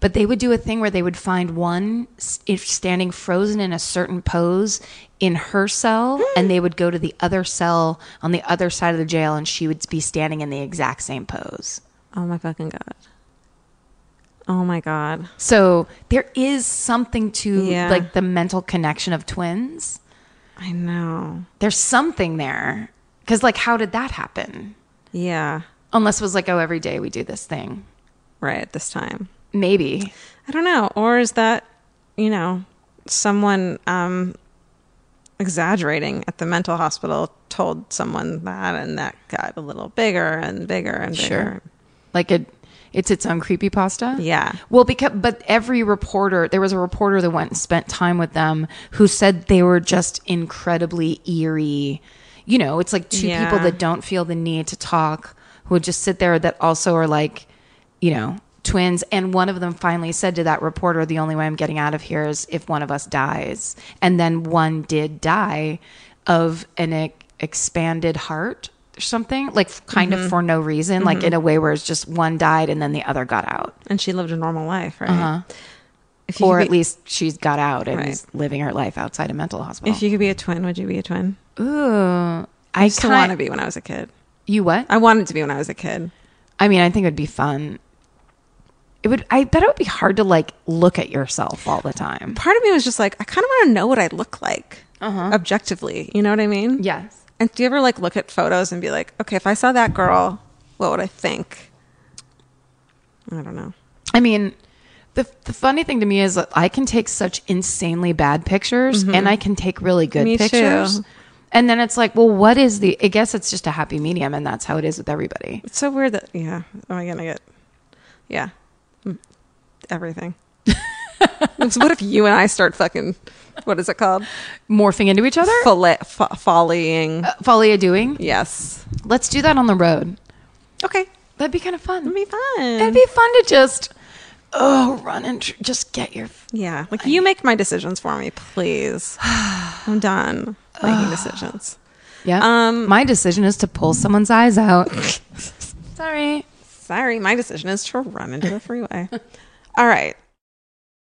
[SPEAKER 3] but they would do a thing where they would find one s- if standing frozen in a certain pose in her cell
[SPEAKER 7] Hmm.
[SPEAKER 3] and they would go to the other cell on the other side of the jail and she would be standing in the exact same pose
[SPEAKER 7] Oh my fucking god. Oh my god.
[SPEAKER 3] so there is something to
[SPEAKER 7] Yeah.
[SPEAKER 3] like the mental connection of twins
[SPEAKER 7] I know.
[SPEAKER 3] there's something there because like how did that happen
[SPEAKER 7] Yeah.
[SPEAKER 3] unless it was like oh every day we do this thing
[SPEAKER 7] Right at this time.
[SPEAKER 3] maybe
[SPEAKER 7] I don't know. Or is that, you know, someone um, exaggerating at the mental hospital told someone that and that got a little bigger and bigger and bigger.
[SPEAKER 3] like it it's its own creepy pasta
[SPEAKER 7] Yeah.
[SPEAKER 3] well because but every reporter there was a reporter that went and spent time with them who said they were just incredibly eerie you know it's like two
[SPEAKER 7] Yeah.
[SPEAKER 3] people that don't feel the need to talk who would just sit there that also are like you know twins and one of them finally said to that reporter the only way i'm getting out of here is if one of us dies and then one did die of an e- expanded heart or something like f- kind
[SPEAKER 7] Mm-hmm.
[SPEAKER 3] of for no reason like in a way where it's just one died and then the other got out
[SPEAKER 7] And she lived a normal life, right?
[SPEAKER 3] Uh-huh.
[SPEAKER 7] Uh-huh. If you
[SPEAKER 3] or
[SPEAKER 7] could
[SPEAKER 3] at
[SPEAKER 7] be-
[SPEAKER 3] least she's got out and
[SPEAKER 7] Right.
[SPEAKER 3] is living her life outside a mental hospital
[SPEAKER 7] If you could be a twin, would you be a twin?
[SPEAKER 3] ooh i
[SPEAKER 7] I used to want to be when I was a kid.
[SPEAKER 3] you what
[SPEAKER 7] I wanted to be when I was a kid.
[SPEAKER 3] i mean i think it would be fun it would i bet it would be hard to like look at yourself all the time
[SPEAKER 7] Part of me was just like, I kind of want to know what I look like objectively. You know what I mean?
[SPEAKER 3] yes
[SPEAKER 7] And do you ever like look at photos and be like, okay, if I saw that girl, what would I think? I don't know.
[SPEAKER 3] I mean, the the funny thing to me is that I can take such insanely bad pictures, and I can take really good
[SPEAKER 7] Mm-hmm. Me too.
[SPEAKER 3] pictures. And then it's like, well, what is the? I guess it's just a happy medium, and that's how it is with everybody.
[SPEAKER 7] It's so weird that yeah. Am I gonna get yeah Mm. everything? It's- what if you and I start fucking? What is it called?
[SPEAKER 3] Morphing into each other.
[SPEAKER 7] Folle- fo- follying.
[SPEAKER 3] Folly a doing.
[SPEAKER 7] yes.
[SPEAKER 3] Let's do that on the road.
[SPEAKER 7] Okay.
[SPEAKER 3] That'd be kind of fun.
[SPEAKER 7] It'd be fun.
[SPEAKER 3] It'd be fun to just oh run and tr- just get your.
[SPEAKER 7] yeah. Like you make my decisions for me, please. I'm done making decisions.
[SPEAKER 3] Yeah.
[SPEAKER 7] Um,
[SPEAKER 3] My decision is to pull someone's eyes out. Sorry.
[SPEAKER 7] Sorry, my decision is to run into the freeway. All right.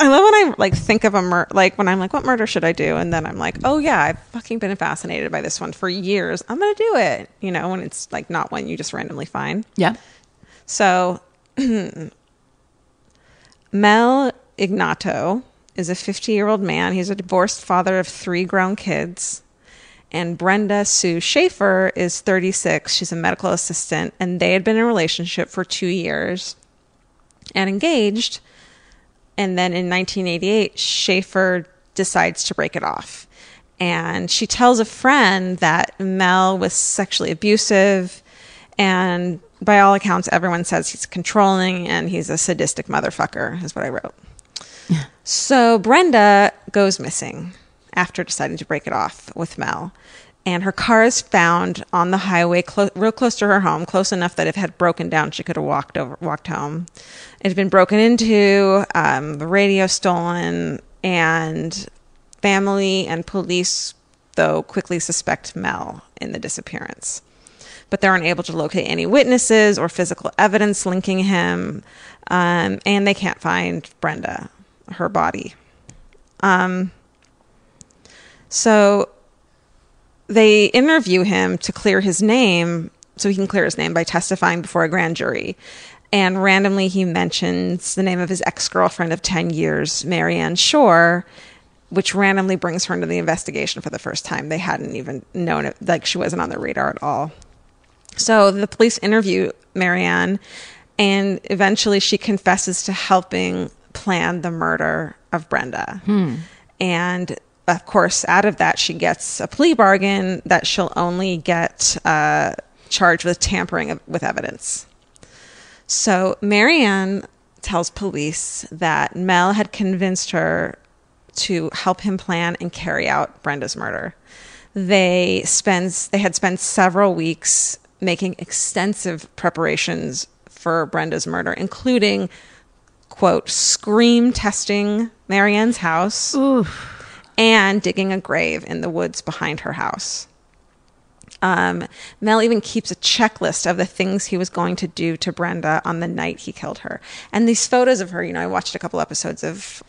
[SPEAKER 7] I love when I like think of a mur- like when I'm like, what murder should I do? And then I'm like, oh yeah, I've fucking been fascinated by this one for years. I'm gonna do it. You know, when it's like not one you just randomly find.
[SPEAKER 3] Yeah.
[SPEAKER 7] So Mel Ignato is a 50 year old man. He's a divorced father of three grown kids. And Brenda Sue Schaefer is 36. She's a medical assistant, and they had been in a relationship for two years and engaged. And then in 1988, Schaefer decides to break it off. And she tells a friend that Mel was sexually abusive. And by all accounts, everyone says he's controlling and he's a sadistic motherfucker, is what I wrote. So Brenda goes missing after deciding to break it off with Mel. And her car is found on the highway, clo- real close to her home, close enough that if it had broken down, she could have walked over, walked home. It had been broken into, um, the radio stolen, and family and police, though, quickly suspect Mel in the disappearance but they're unable to locate any witnesses or physical evidence linking him. Um, and they can't find Brenda, her body. Um, so they interview him to clear his name, so he can clear his name by testifying before a grand jury. And randomly, he mentions the name of his ex girlfriend of 10 years, Marianne Shore, which randomly brings her into the investigation for the first time. They hadn't even known it, like, she wasn't on their radar at all. So the police interview Marianne, and eventually she confesses to helping plan the murder of Brenda. And of course, out of that, she gets a plea bargain that she'll only get uh, charged with tampering of- with evidence. So Marianne tells police that Mel had convinced her to help him plan and carry out Brenda's murder. They spends they had spent several weeks making extensive preparations for Brenda's murder, including quote scream testing Marianne's house and digging a grave in the woods behind her house. Um, Mel even keeps a checklist of the things he was going to do to Brenda on the night he killed her. And these photos of her, you know, I watched a couple episodes of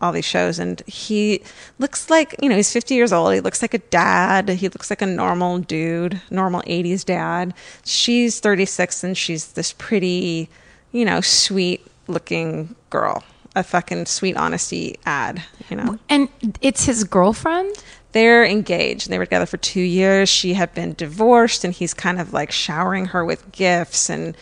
[SPEAKER 7] all these shows, and he looks like, you know, he's 50 years old. He looks like a dad. He looks like a normal dude, normal 80s dad. She's 36, and she's this pretty, you know, sweet looking girl. A fucking sweet honesty ad, you know
[SPEAKER 3] And it's his girlfriend?
[SPEAKER 7] they're engaged and they were together for two years. She had been divorced and he's kind of like showering her with gifts and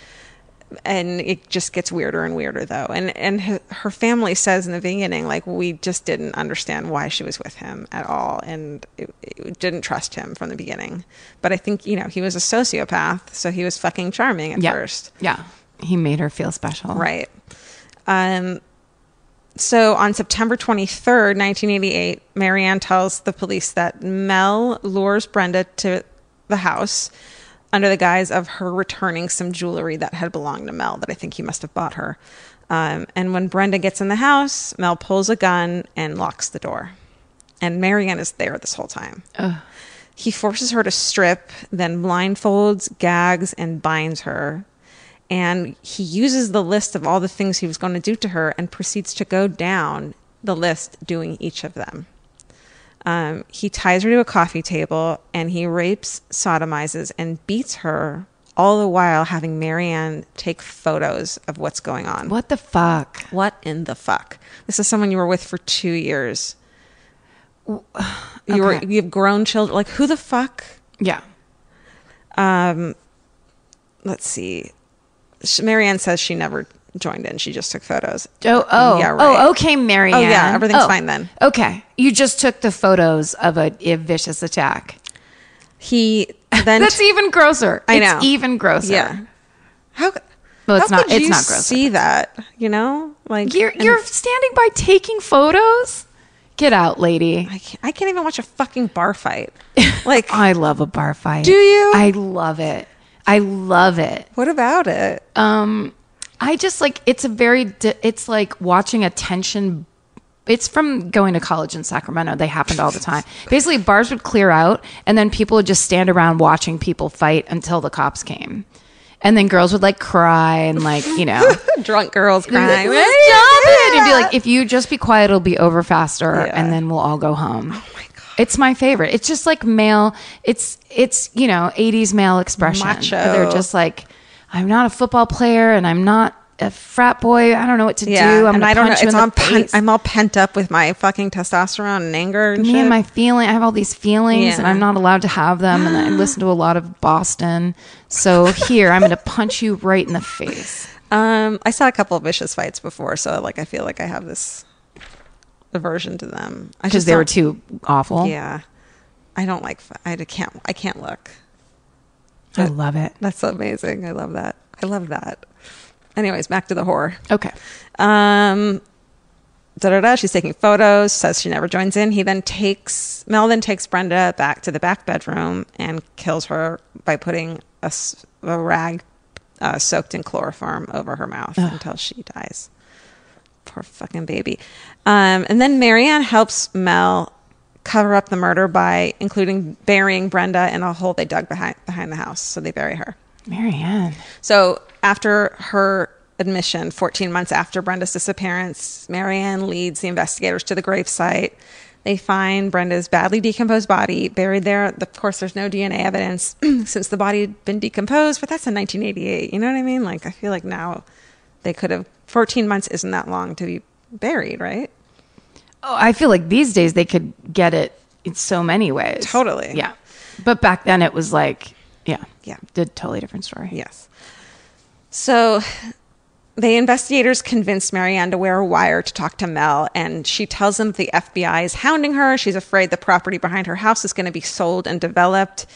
[SPEAKER 7] and it just gets weirder and weirder though. And and her, her family says in the beginning like we just didn't understand why she was with him at all and it, it didn't trust him from the beginning. But I think you know he was a sociopath, so he was fucking charming at
[SPEAKER 3] Yeah.
[SPEAKER 7] first.
[SPEAKER 3] Yeah. He made her feel special.
[SPEAKER 7] Right. Um, so on September 23rd, 1988, Marianne tells the police that Mel lures Brenda to the house under the guise of her returning some jewelry that had belonged to Mel that I think he must have bought her. Um, and when Brenda gets in the house, Mel pulls a gun and locks the door. And Marianne is there this whole time. He forces her to strip, then blindfolds, gags, and binds her. And he uses the list of all the things he was going to do to her and proceeds to go down the list, doing each of them. Um, he ties her to a coffee table and he rapes, sodomizes, and beats her, all the while having Marianne take photos of what's going on.
[SPEAKER 3] What the fuck?
[SPEAKER 7] What in the fuck? This is someone you were with for two years. You were
[SPEAKER 3] Okay.
[SPEAKER 7] you have grown children. Like who the fuck?
[SPEAKER 3] Yeah.
[SPEAKER 7] Let's see. Sh- Marianne says she never joined in. She just took photos.
[SPEAKER 3] Oh, oh,
[SPEAKER 7] Yeah, right.
[SPEAKER 3] oh, okay, Marianne. Oh,
[SPEAKER 7] everything's fine then.
[SPEAKER 3] Okay, you just took the photos of a, a vicious attack.
[SPEAKER 7] He then
[SPEAKER 3] That's even grosser.
[SPEAKER 7] I
[SPEAKER 3] It's
[SPEAKER 7] know.
[SPEAKER 3] even grosser.
[SPEAKER 7] yeah. How? c-
[SPEAKER 3] e-, Well, it's
[SPEAKER 7] how
[SPEAKER 3] not-
[SPEAKER 7] Could
[SPEAKER 3] it's
[SPEAKER 7] you
[SPEAKER 3] not gross.
[SPEAKER 7] See that? You know, like
[SPEAKER 3] You're
[SPEAKER 7] and
[SPEAKER 3] you're standing by taking photos. Get out, lady.
[SPEAKER 7] I can't, I can't even watch a fucking bar fight. Like,
[SPEAKER 3] I love a bar fight.
[SPEAKER 7] Do you?
[SPEAKER 3] I love it. I love it.
[SPEAKER 7] what about it?
[SPEAKER 3] Um, I just like it's a very di- it's like watching a tension. It's from going to college in Sacramento. They happened all the time. Basically, bars would clear out, and then people would just stand around watching people fight until the cops came, and then girls would like cry and like you know.
[SPEAKER 7] Drunk girls
[SPEAKER 3] Like,
[SPEAKER 7] crying.
[SPEAKER 3] "Stop it!" And be like, if you just be quiet, it'll be over faster,
[SPEAKER 7] Yeah.
[SPEAKER 3] and then we'll all go home. Oh my god, it's my favorite. It's just like male. It's it's you know '80s male expression. where They're
[SPEAKER 7] Macho.
[SPEAKER 3] just like, I'm not a football player, and I'm not a frat boy. I don't know what to
[SPEAKER 7] yeah,
[SPEAKER 3] do. I'm
[SPEAKER 7] and
[SPEAKER 3] gonna
[SPEAKER 7] I don't know.
[SPEAKER 3] punch you
[SPEAKER 7] It's
[SPEAKER 3] in
[SPEAKER 7] on.
[SPEAKER 3] the
[SPEAKER 7] Pen-
[SPEAKER 3] face.
[SPEAKER 7] I'm all pent up with my fucking testosterone and anger and
[SPEAKER 3] me
[SPEAKER 7] shit.
[SPEAKER 3] and my feeling. I have all these feelings, and
[SPEAKER 7] Yeah.
[SPEAKER 3] I'm not allowed to have them. And I listen to a lot of Boston. So here, I'm going to punch you right in the face.
[SPEAKER 7] um, I saw a couple of vicious fights before, so like I feel like I have this aversion to them I
[SPEAKER 3] because
[SPEAKER 7] just
[SPEAKER 3] they were
[SPEAKER 7] don't-
[SPEAKER 3] too awful.
[SPEAKER 7] Yeah, I don't like. fi- I can't. I can't look.
[SPEAKER 3] I love it.
[SPEAKER 7] That's so amazing. I love that. I love that. Anyways, back to the horror.
[SPEAKER 3] Okay.
[SPEAKER 7] Um, da da da. She's taking photos. Says she never joins in. He then takes Mel. Then takes Brenda back to the back bedroom and kills her by putting a, s- a rag uh, soaked in chloroform over her mouth until she dies. Poor fucking baby. Um, and then Marianne helps Mel cover up the murder by including burying Brenda in a hole they dug behind behind the house. So they bury her.
[SPEAKER 3] Marianne.
[SPEAKER 7] So after her admission, 14 months after Brenda's disappearance, Marianne leads the investigators to the gravesite. They find Brenda's badly decomposed body buried there. Of course, there's no DNA evidence since the body had been decomposed, but that's in 1988. You know what I mean? Like, I feel like now they could have. 14 months isn't that long to be buried, right?
[SPEAKER 3] Oh, I feel like these days they could get it in so many ways.
[SPEAKER 7] Totally.
[SPEAKER 3] Yeah. But back then it was like, yeah.
[SPEAKER 7] Yeah.
[SPEAKER 3] A totally different story.
[SPEAKER 7] Yes. So the investigators convinced Marianne to wear a wire to talk to Mel, and she tells them the FBI is hounding her. She's afraid the property behind her house is going to be sold and developed.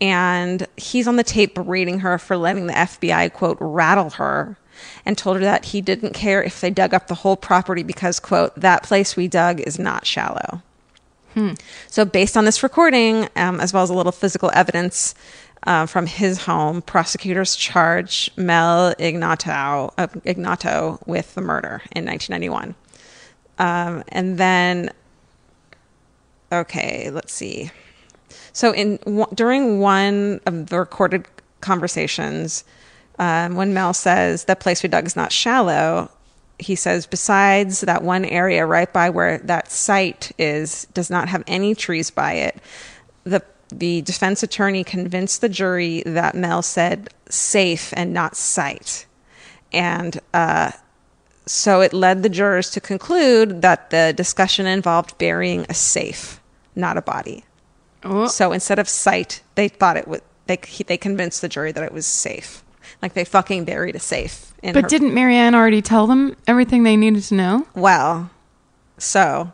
[SPEAKER 7] And he's on the tape berating her for letting the FBI, quote, rattle her and told her that he didn't care if they dug up the whole property because, quote, that place we dug is not shallow. So, based on this recording, um, as well as a little physical evidence uh, from his home, prosecutors charge Mel Ignato, uh, Ignato with the murder in 1991. Um, and then, okay, let's see. So, in w- during one of the recorded conversations, um, when Mel says that place we dug is not shallow, he says, besides that one area right by where that site is, does not have any trees by it. The the defense attorney convinced the jury that Mel said safe and not site, and uh, so it led the jurors to conclude that the discussion involved burying a safe, not a body. So instead of site, they thought it would. They he- they convinced the jury that it was safe, like they fucking buried a safe. In
[SPEAKER 3] But
[SPEAKER 7] her-
[SPEAKER 3] didn't Marianne already tell them everything they needed to know?
[SPEAKER 7] well, so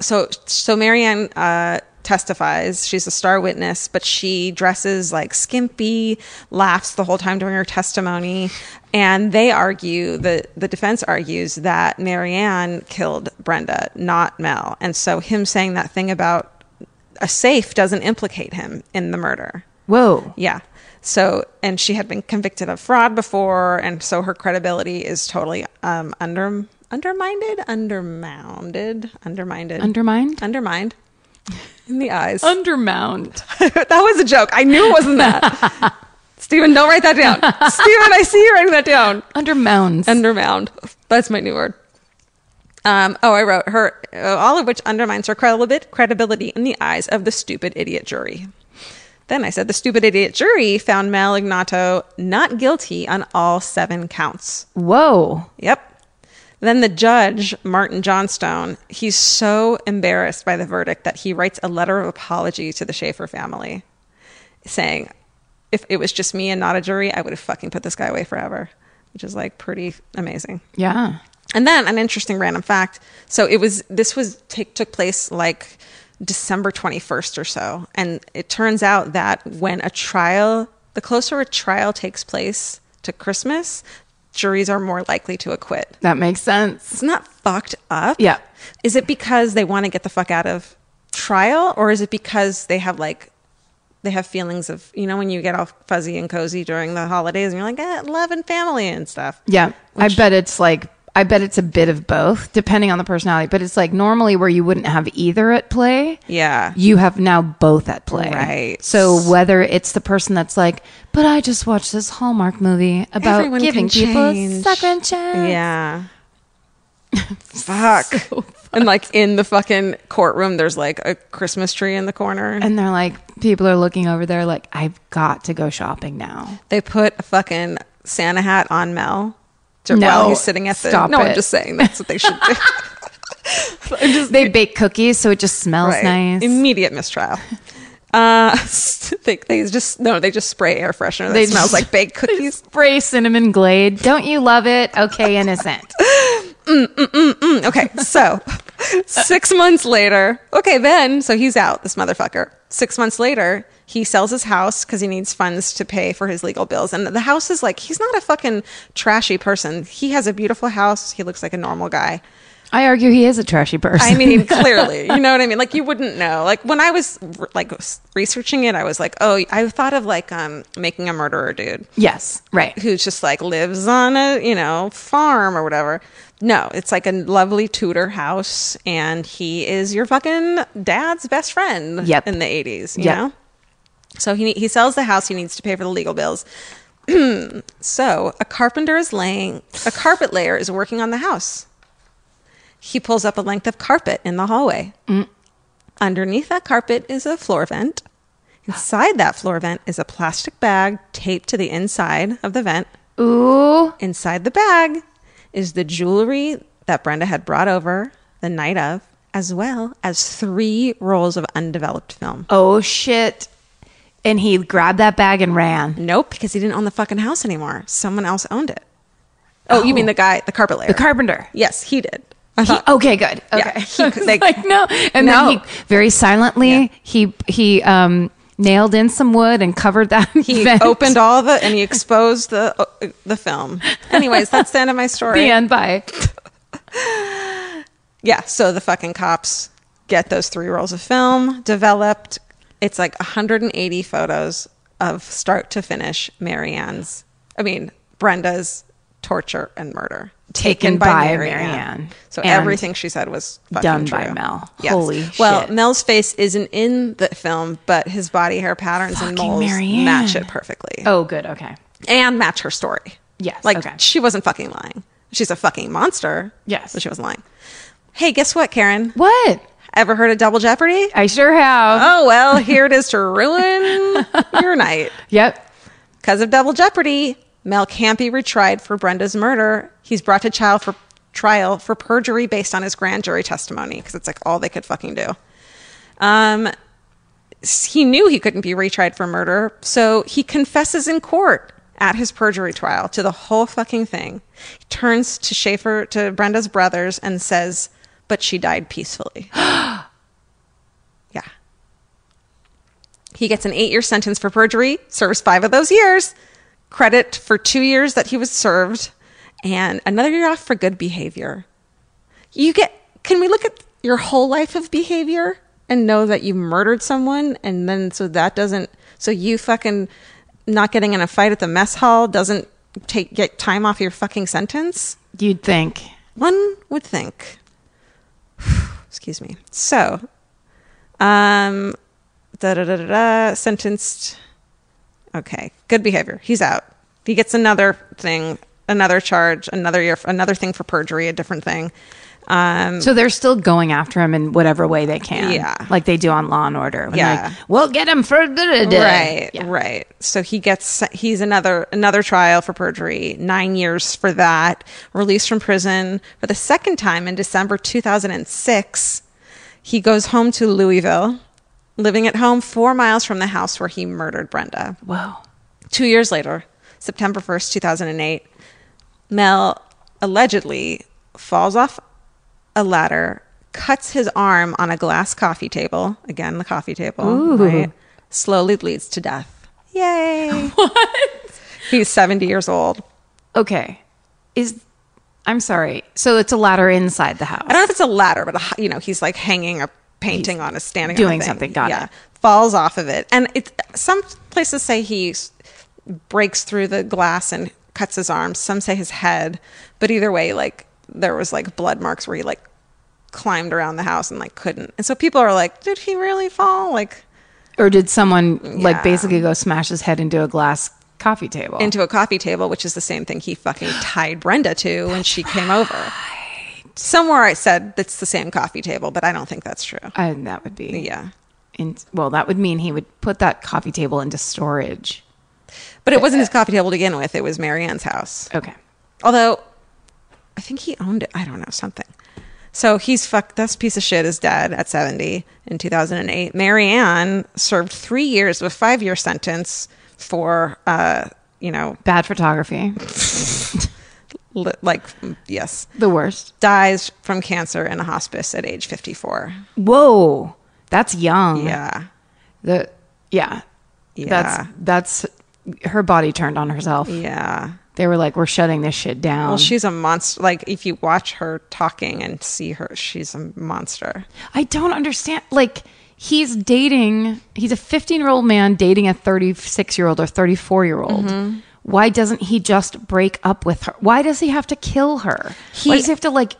[SPEAKER 7] so so Marianne uh, testifies. She's a star witness, but she dresses like skimpy, laughs the whole time during her testimony, and they argue the the defense argues that Marianne killed Brenda, not Mel, and so him saying that thing about a safe doesn't implicate him in the murder.
[SPEAKER 3] Whoa.
[SPEAKER 7] Yeah. So, and she had been convicted of fraud before, and so her credibility is totally um, under undermined, undermined, undermined,
[SPEAKER 3] Undermined?
[SPEAKER 7] undermined in the eyes.
[SPEAKER 3] Undermound.
[SPEAKER 7] that was a joke. I knew it wasn't that. Stephen, don't write that down. Stephen, I see you writing that down.
[SPEAKER 3] Undermounds.
[SPEAKER 7] Undermound. That's my new word. Um, oh, I wrote her, uh, all of which undermines her credibi- credibility in the eyes of the stupid idiot jury. Then I said the stupid idiot jury found Malignato not guilty on all seven counts.
[SPEAKER 3] Whoa.
[SPEAKER 7] Yep. Then the judge, Martin Johnstone, he's so embarrassed by the verdict that he writes a letter of apology to the Schaefer family saying, if it was just me and not a jury, I would have fucking put this guy away forever, which is like pretty amazing.
[SPEAKER 3] Yeah.
[SPEAKER 7] And then an interesting random fact. So it was this was take, took place like December 21st or so. And it turns out that when a trial, the closer a trial takes place to Christmas, juries are more likely to acquit.
[SPEAKER 3] That makes sense.
[SPEAKER 7] It's not fucked up.
[SPEAKER 3] Yeah.
[SPEAKER 7] Is it because they want to get the fuck out of trial or is it because they have like they have feelings of, you know, when you get all fuzzy and cozy during the holidays and you're like, eh, love and family and stuff.
[SPEAKER 3] Yeah. I bet it's like I bet it's a bit of both, depending on the personality. But it's like normally where you wouldn't have either at play,
[SPEAKER 7] Yeah.
[SPEAKER 3] you have now both at play.
[SPEAKER 7] Right.
[SPEAKER 3] So whether it's the person that's like, but I just watched this Hallmark movie about
[SPEAKER 7] Everyone
[SPEAKER 3] giving
[SPEAKER 7] can
[SPEAKER 3] people a
[SPEAKER 7] change."
[SPEAKER 3] second chance.
[SPEAKER 7] Yeah. fuck. And like in the fucking courtroom, there's like a Christmas tree in the corner. And
[SPEAKER 3] And they're like, people are looking over there like, I've got to go shopping now.
[SPEAKER 7] they put a fucking Santa hat on Mel to,
[SPEAKER 3] No,
[SPEAKER 7] while he's sitting at the.
[SPEAKER 3] stop
[SPEAKER 7] no,
[SPEAKER 3] it.
[SPEAKER 7] I'm just saying that's what they should do.
[SPEAKER 3] they bake cookies, so it just smells
[SPEAKER 7] Right.
[SPEAKER 3] nice.
[SPEAKER 7] Immediate mistrial. Uh, they, they just no, they just spray air freshener that
[SPEAKER 3] They
[SPEAKER 7] smells
[SPEAKER 3] just-
[SPEAKER 7] like baked cookies.
[SPEAKER 3] Spray cinnamon glade. Don't you love it? Okay, innocent.
[SPEAKER 7] Mm, okay, so six months later, okay, then, so he's out, this motherfucker. Six months later, he sells his house because he needs funds to pay for his legal bills. And the house is like, he's not a fucking trashy person. He has a beautiful house. He looks like a normal guy.
[SPEAKER 3] I argue he is a trashy person.
[SPEAKER 7] I mean, clearly, you know what I mean? Like, you wouldn't know. Like, when I was like researching it, I was like, oh, I thought of like um, making a murderer dude
[SPEAKER 3] yes, right.
[SPEAKER 7] who's just like lives on a you know farm or whatever. No, it's like a lovely Tudor house, and he is your fucking dad's best friend.
[SPEAKER 3] Yep.
[SPEAKER 7] in the eighties, you
[SPEAKER 3] Yep.
[SPEAKER 7] know. So he he sells the house. He needs to pay for the legal bills. so a carpenter is laying a carpet layer is working on the house. He pulls up a length of carpet in the hallway. Underneath that carpet is a floor vent. Inside that floor vent is a plastic bag taped to the inside of the vent.
[SPEAKER 3] Ooh.
[SPEAKER 7] Inside the bag is the jewelry that Brenda had brought over the night of, as well as three rolls of undeveloped film.
[SPEAKER 3] Oh shit. And he grabbed that bag and ran.
[SPEAKER 7] Nope, because he didn't own the fucking house anymore. Someone else owned it. Oh, you mean the guy, the carpet layer?
[SPEAKER 3] The carpenter.
[SPEAKER 7] yes, he did. I
[SPEAKER 3] He,
[SPEAKER 7] thought,
[SPEAKER 3] okay, good. Okay.
[SPEAKER 7] Uh, Yeah, he-
[SPEAKER 3] I was
[SPEAKER 7] they-
[SPEAKER 3] like no. And
[SPEAKER 7] No.
[SPEAKER 3] then he very silently he he um nailed in some wood and covered that.
[SPEAKER 7] he
[SPEAKER 3] vent.
[SPEAKER 7] opened all the and he exposed the uh, the film. Anyways, that's the end of my story.
[SPEAKER 3] the end by.
[SPEAKER 7] yeah, so the fucking cops get those three rolls of film developed. It's like 180 photos of start to finish Marianne's, I mean, Brenda's torture and murder.
[SPEAKER 3] Taken by Marianne.
[SPEAKER 7] So
[SPEAKER 3] And
[SPEAKER 7] everything she said was fucking
[SPEAKER 3] done by
[SPEAKER 7] true.
[SPEAKER 3] Mel.
[SPEAKER 7] Yes.
[SPEAKER 3] Holy
[SPEAKER 7] Well,
[SPEAKER 3] shit.
[SPEAKER 7] Mel's face isn't in the film, but his body hair patterns and
[SPEAKER 3] Fucking
[SPEAKER 7] moles
[SPEAKER 3] Marianne.
[SPEAKER 7] match it perfectly
[SPEAKER 3] Oh good, okay.
[SPEAKER 7] and match her story.
[SPEAKER 3] Yes,
[SPEAKER 7] Like
[SPEAKER 3] okay.
[SPEAKER 7] she wasn't fucking lying. She's a fucking monster.
[SPEAKER 3] Yes.
[SPEAKER 7] But she wasn't lying. Hey, guess what, Karen?
[SPEAKER 3] What? Uh-huh.
[SPEAKER 7] Ever heard of Double Jeopardy?
[SPEAKER 3] I sure have.
[SPEAKER 7] Oh, well, here it is to ruin your night.
[SPEAKER 3] Yep.
[SPEAKER 7] Because of Double Jeopardy, Mel can't be retried for Brenda's murder. He's brought to trial for trial for perjury based on his grand jury testimony because it's like all they could fucking do. Um, s- he knew he couldn't be retried for murder, so he confesses in court at his perjury trial to the whole fucking thing. He turns to Schaefer to Brenda's brothers and says, "But she died peacefully." yeah. He gets an eight year sentence for perjury, serves five of those years, credit for two years that he was served, and another year off for good behavior. You get, can we look at your whole life of behavior and know that you murdered someone? And then, so that doesn't, so you fucking not getting in a fight at the mess hall doesn't take, get time off your fucking sentence?
[SPEAKER 3] You'd think.
[SPEAKER 7] One would think. Excuse me. So, um, da da da da da. Sentenced. Okay, good behavior. He's out. He gets another thing, another charge, another year, another thing for perjury, a different thing. Um,
[SPEAKER 3] So they're still going after him in whatever way they can.
[SPEAKER 7] Yeah.
[SPEAKER 3] Like they do on Law and Order. When
[SPEAKER 7] Yeah.
[SPEAKER 3] Like, we'll get him for the
[SPEAKER 7] Right, right. So he gets he's another another trial for perjury, nine years for that. Released from prison for the second time in December 2006. He goes home to Louisville, living at home four miles from the house where he murdered Brenda.
[SPEAKER 3] Whoa.
[SPEAKER 7] Two years later, September 1st, 2008, Mel allegedly falls off a ladder, cuts his arm on a glass coffee table. Again, the coffee table. Right? Slowly leads to death. Yay. what? He's 70 years old.
[SPEAKER 3] Okay. Is I'm sorry. So it's a ladder inside the house.
[SPEAKER 7] I don't know if it's a ladder, but a, h- you know, he's like hanging a painting on a standing on a
[SPEAKER 3] doing
[SPEAKER 7] thing.
[SPEAKER 3] something, got it.
[SPEAKER 7] falls off of it, and it. Some places say he s- breaks through the glass and cuts his arm. Some say his head, but either way, like there was like blood marks where he like climbed around the house and like couldn't. And so people are like, "Did he really fall?" Like.
[SPEAKER 3] Or did someone like
[SPEAKER 7] Yeah.
[SPEAKER 3] basically go smash his head into a glass coffee table?
[SPEAKER 7] into a coffee table, which is the same thing he fucking tied Brenda to when she came over. Somewhere I said that's the same coffee table, but I don't think that's true.
[SPEAKER 3] and that would be
[SPEAKER 7] Yeah.
[SPEAKER 3] in, well, that would mean he would put that coffee table into storage.
[SPEAKER 7] But it wasn't his coffee table to begin with. It was Marianne's house.
[SPEAKER 3] Okay.
[SPEAKER 7] Although, I think he owned it. I don't know, something. So he's fucked. This piece of shit is dead at 70 in 2008. Marianne served three years of a five year sentence for, uh, you know,
[SPEAKER 3] Bad photography.
[SPEAKER 7] li- like, yes,
[SPEAKER 3] The worst.
[SPEAKER 7] dies from cancer in a hospice at age 54.
[SPEAKER 3] Whoa. That's young.
[SPEAKER 7] Yeah.
[SPEAKER 3] The yeah.
[SPEAKER 7] Yeah.
[SPEAKER 3] That's that's her body turned on herself.
[SPEAKER 7] Yeah.
[SPEAKER 3] They were like, We're shutting this shit down.
[SPEAKER 7] Well, she's a monster. Like, if you watch her talking and see her, she's a monster.
[SPEAKER 3] I don't understand. Like, he's dating, he's a 15 year old man dating a 36 year old or 34 year old.
[SPEAKER 7] Mm-hmm.
[SPEAKER 3] Why doesn't he just break up with her? Why does he have to kill her? Why does he have to, like,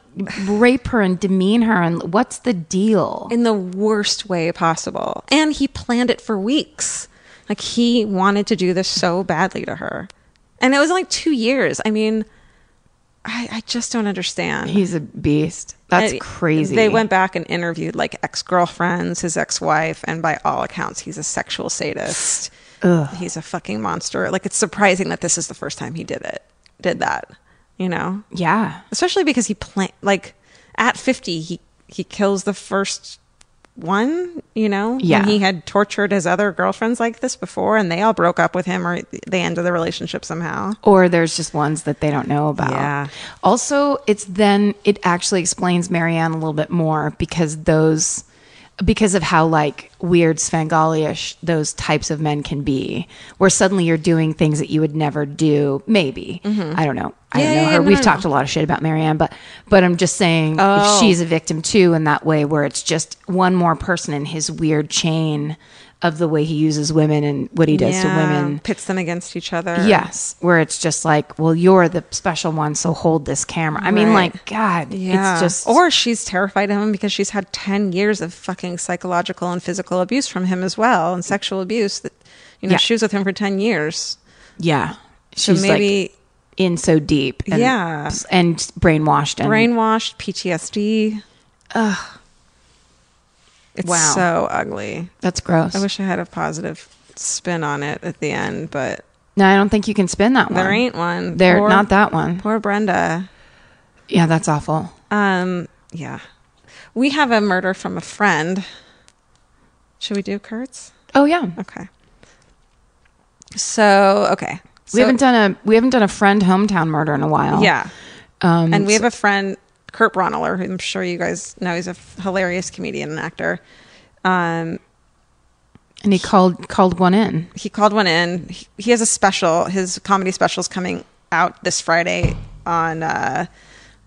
[SPEAKER 3] rape her and demean her? And what's the deal?
[SPEAKER 7] in the worst way possible. And he planned it for weeks. Like he wanted to do this so badly to her. And it was like two years. I mean, I, I just don't understand.
[SPEAKER 3] he's a beast. That's
[SPEAKER 7] And
[SPEAKER 3] crazy.
[SPEAKER 7] They went back and interviewed like ex girlfriends, his ex wife, and by all accounts, he's a sexual sadist. He's a fucking monster. Like it's surprising that this is the first time he did it, did that, you know?
[SPEAKER 3] Yeah.
[SPEAKER 7] especially because he plan like at 50 he he kills the first one you know when
[SPEAKER 3] Yeah.
[SPEAKER 7] he had tortured his other girlfriends like this before and they all broke up with him or they ended the relationship somehow
[SPEAKER 3] Or there's just ones that they don't know about.
[SPEAKER 7] Yeah.
[SPEAKER 3] Also, it's then it actually explains Marianne a little bit more because those because of how like weird Svengali-ish those types of men can be, where suddenly you're doing things that you would never do. Maybe
[SPEAKER 7] Mm-hmm.
[SPEAKER 3] I don't know. I don't know her. We've talked a lot of shit about Marianne, but but I'm just saying
[SPEAKER 7] Oh.
[SPEAKER 3] if she's a victim too in that way, where it's just one more person in his weird chain of the way he uses women and what he does to women.
[SPEAKER 7] pits them against each other
[SPEAKER 3] Yes, where it's just like, well, you're the special one, so hold this camera. I mean,
[SPEAKER 7] Right.
[SPEAKER 3] like, God,
[SPEAKER 7] yeah.
[SPEAKER 3] it's just
[SPEAKER 7] or she's terrified of him because she's had 10 years of fucking psychological and physical abuse from him as well and sexual abuse that you know
[SPEAKER 3] Yeah.
[SPEAKER 7] she was with him for 10 years
[SPEAKER 3] yeah. She's
[SPEAKER 7] maybe-
[SPEAKER 3] like in so deep, and,
[SPEAKER 7] Yeah.
[SPEAKER 3] and brainwashed and
[SPEAKER 7] brainwashed PTSD ugh it's
[SPEAKER 3] Wow.
[SPEAKER 7] so ugly
[SPEAKER 3] That's gross.
[SPEAKER 7] I wish I had a positive spin on it at the end, but
[SPEAKER 3] no, I don't think you can spin that one.
[SPEAKER 7] there ain't one.
[SPEAKER 3] There,
[SPEAKER 7] Poor-
[SPEAKER 3] not that one.
[SPEAKER 7] Poor Brenda.
[SPEAKER 3] Yeah, that's awful.
[SPEAKER 7] Um, yeah, we have a murder from a friend. Should we do Kurtz?
[SPEAKER 3] Oh yeah,
[SPEAKER 7] Okay. So okay, so,
[SPEAKER 3] we haven't done a we haven't done a friend hometown murder in a while.
[SPEAKER 7] Yeah,
[SPEAKER 3] um,
[SPEAKER 7] and we have a friend, Kurt Bronneler, who I'm sure you guys know. He's a f- hilarious comedian and actor. Um,
[SPEAKER 3] and he called called one in.
[SPEAKER 7] he called one in. He, he has a special. His comedy special is coming out this Friday on uh,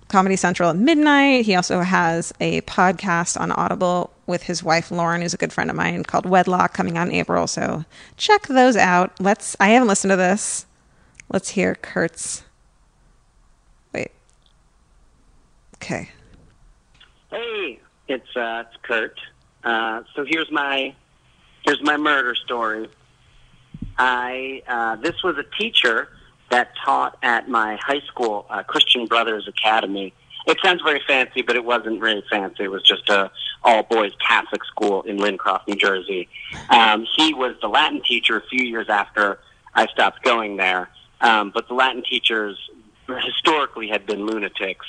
[SPEAKER 7] Comedy Central at midnight. He also has a podcast on Audible with his wife Lauren, who's a good friend of mine, called Wedlock, coming out in April. So check those out. Let's. I haven't listened to this. Let's hear Kurt's. Wait. Okay.
[SPEAKER 8] Hey, it's uh, it's Kurt. Uh, so here's my here's my murder story. I uh, this was a teacher that taught at my high school, uh, Christian Brothers Academy, It sounds very fancy, but it wasn't really fancy. It was just a all boys Catholic school in Lincroft, New Jersey. Um, he was the Latin teacher a few years after I stopped going there, um, but the Latin teachers historically had been lunatics.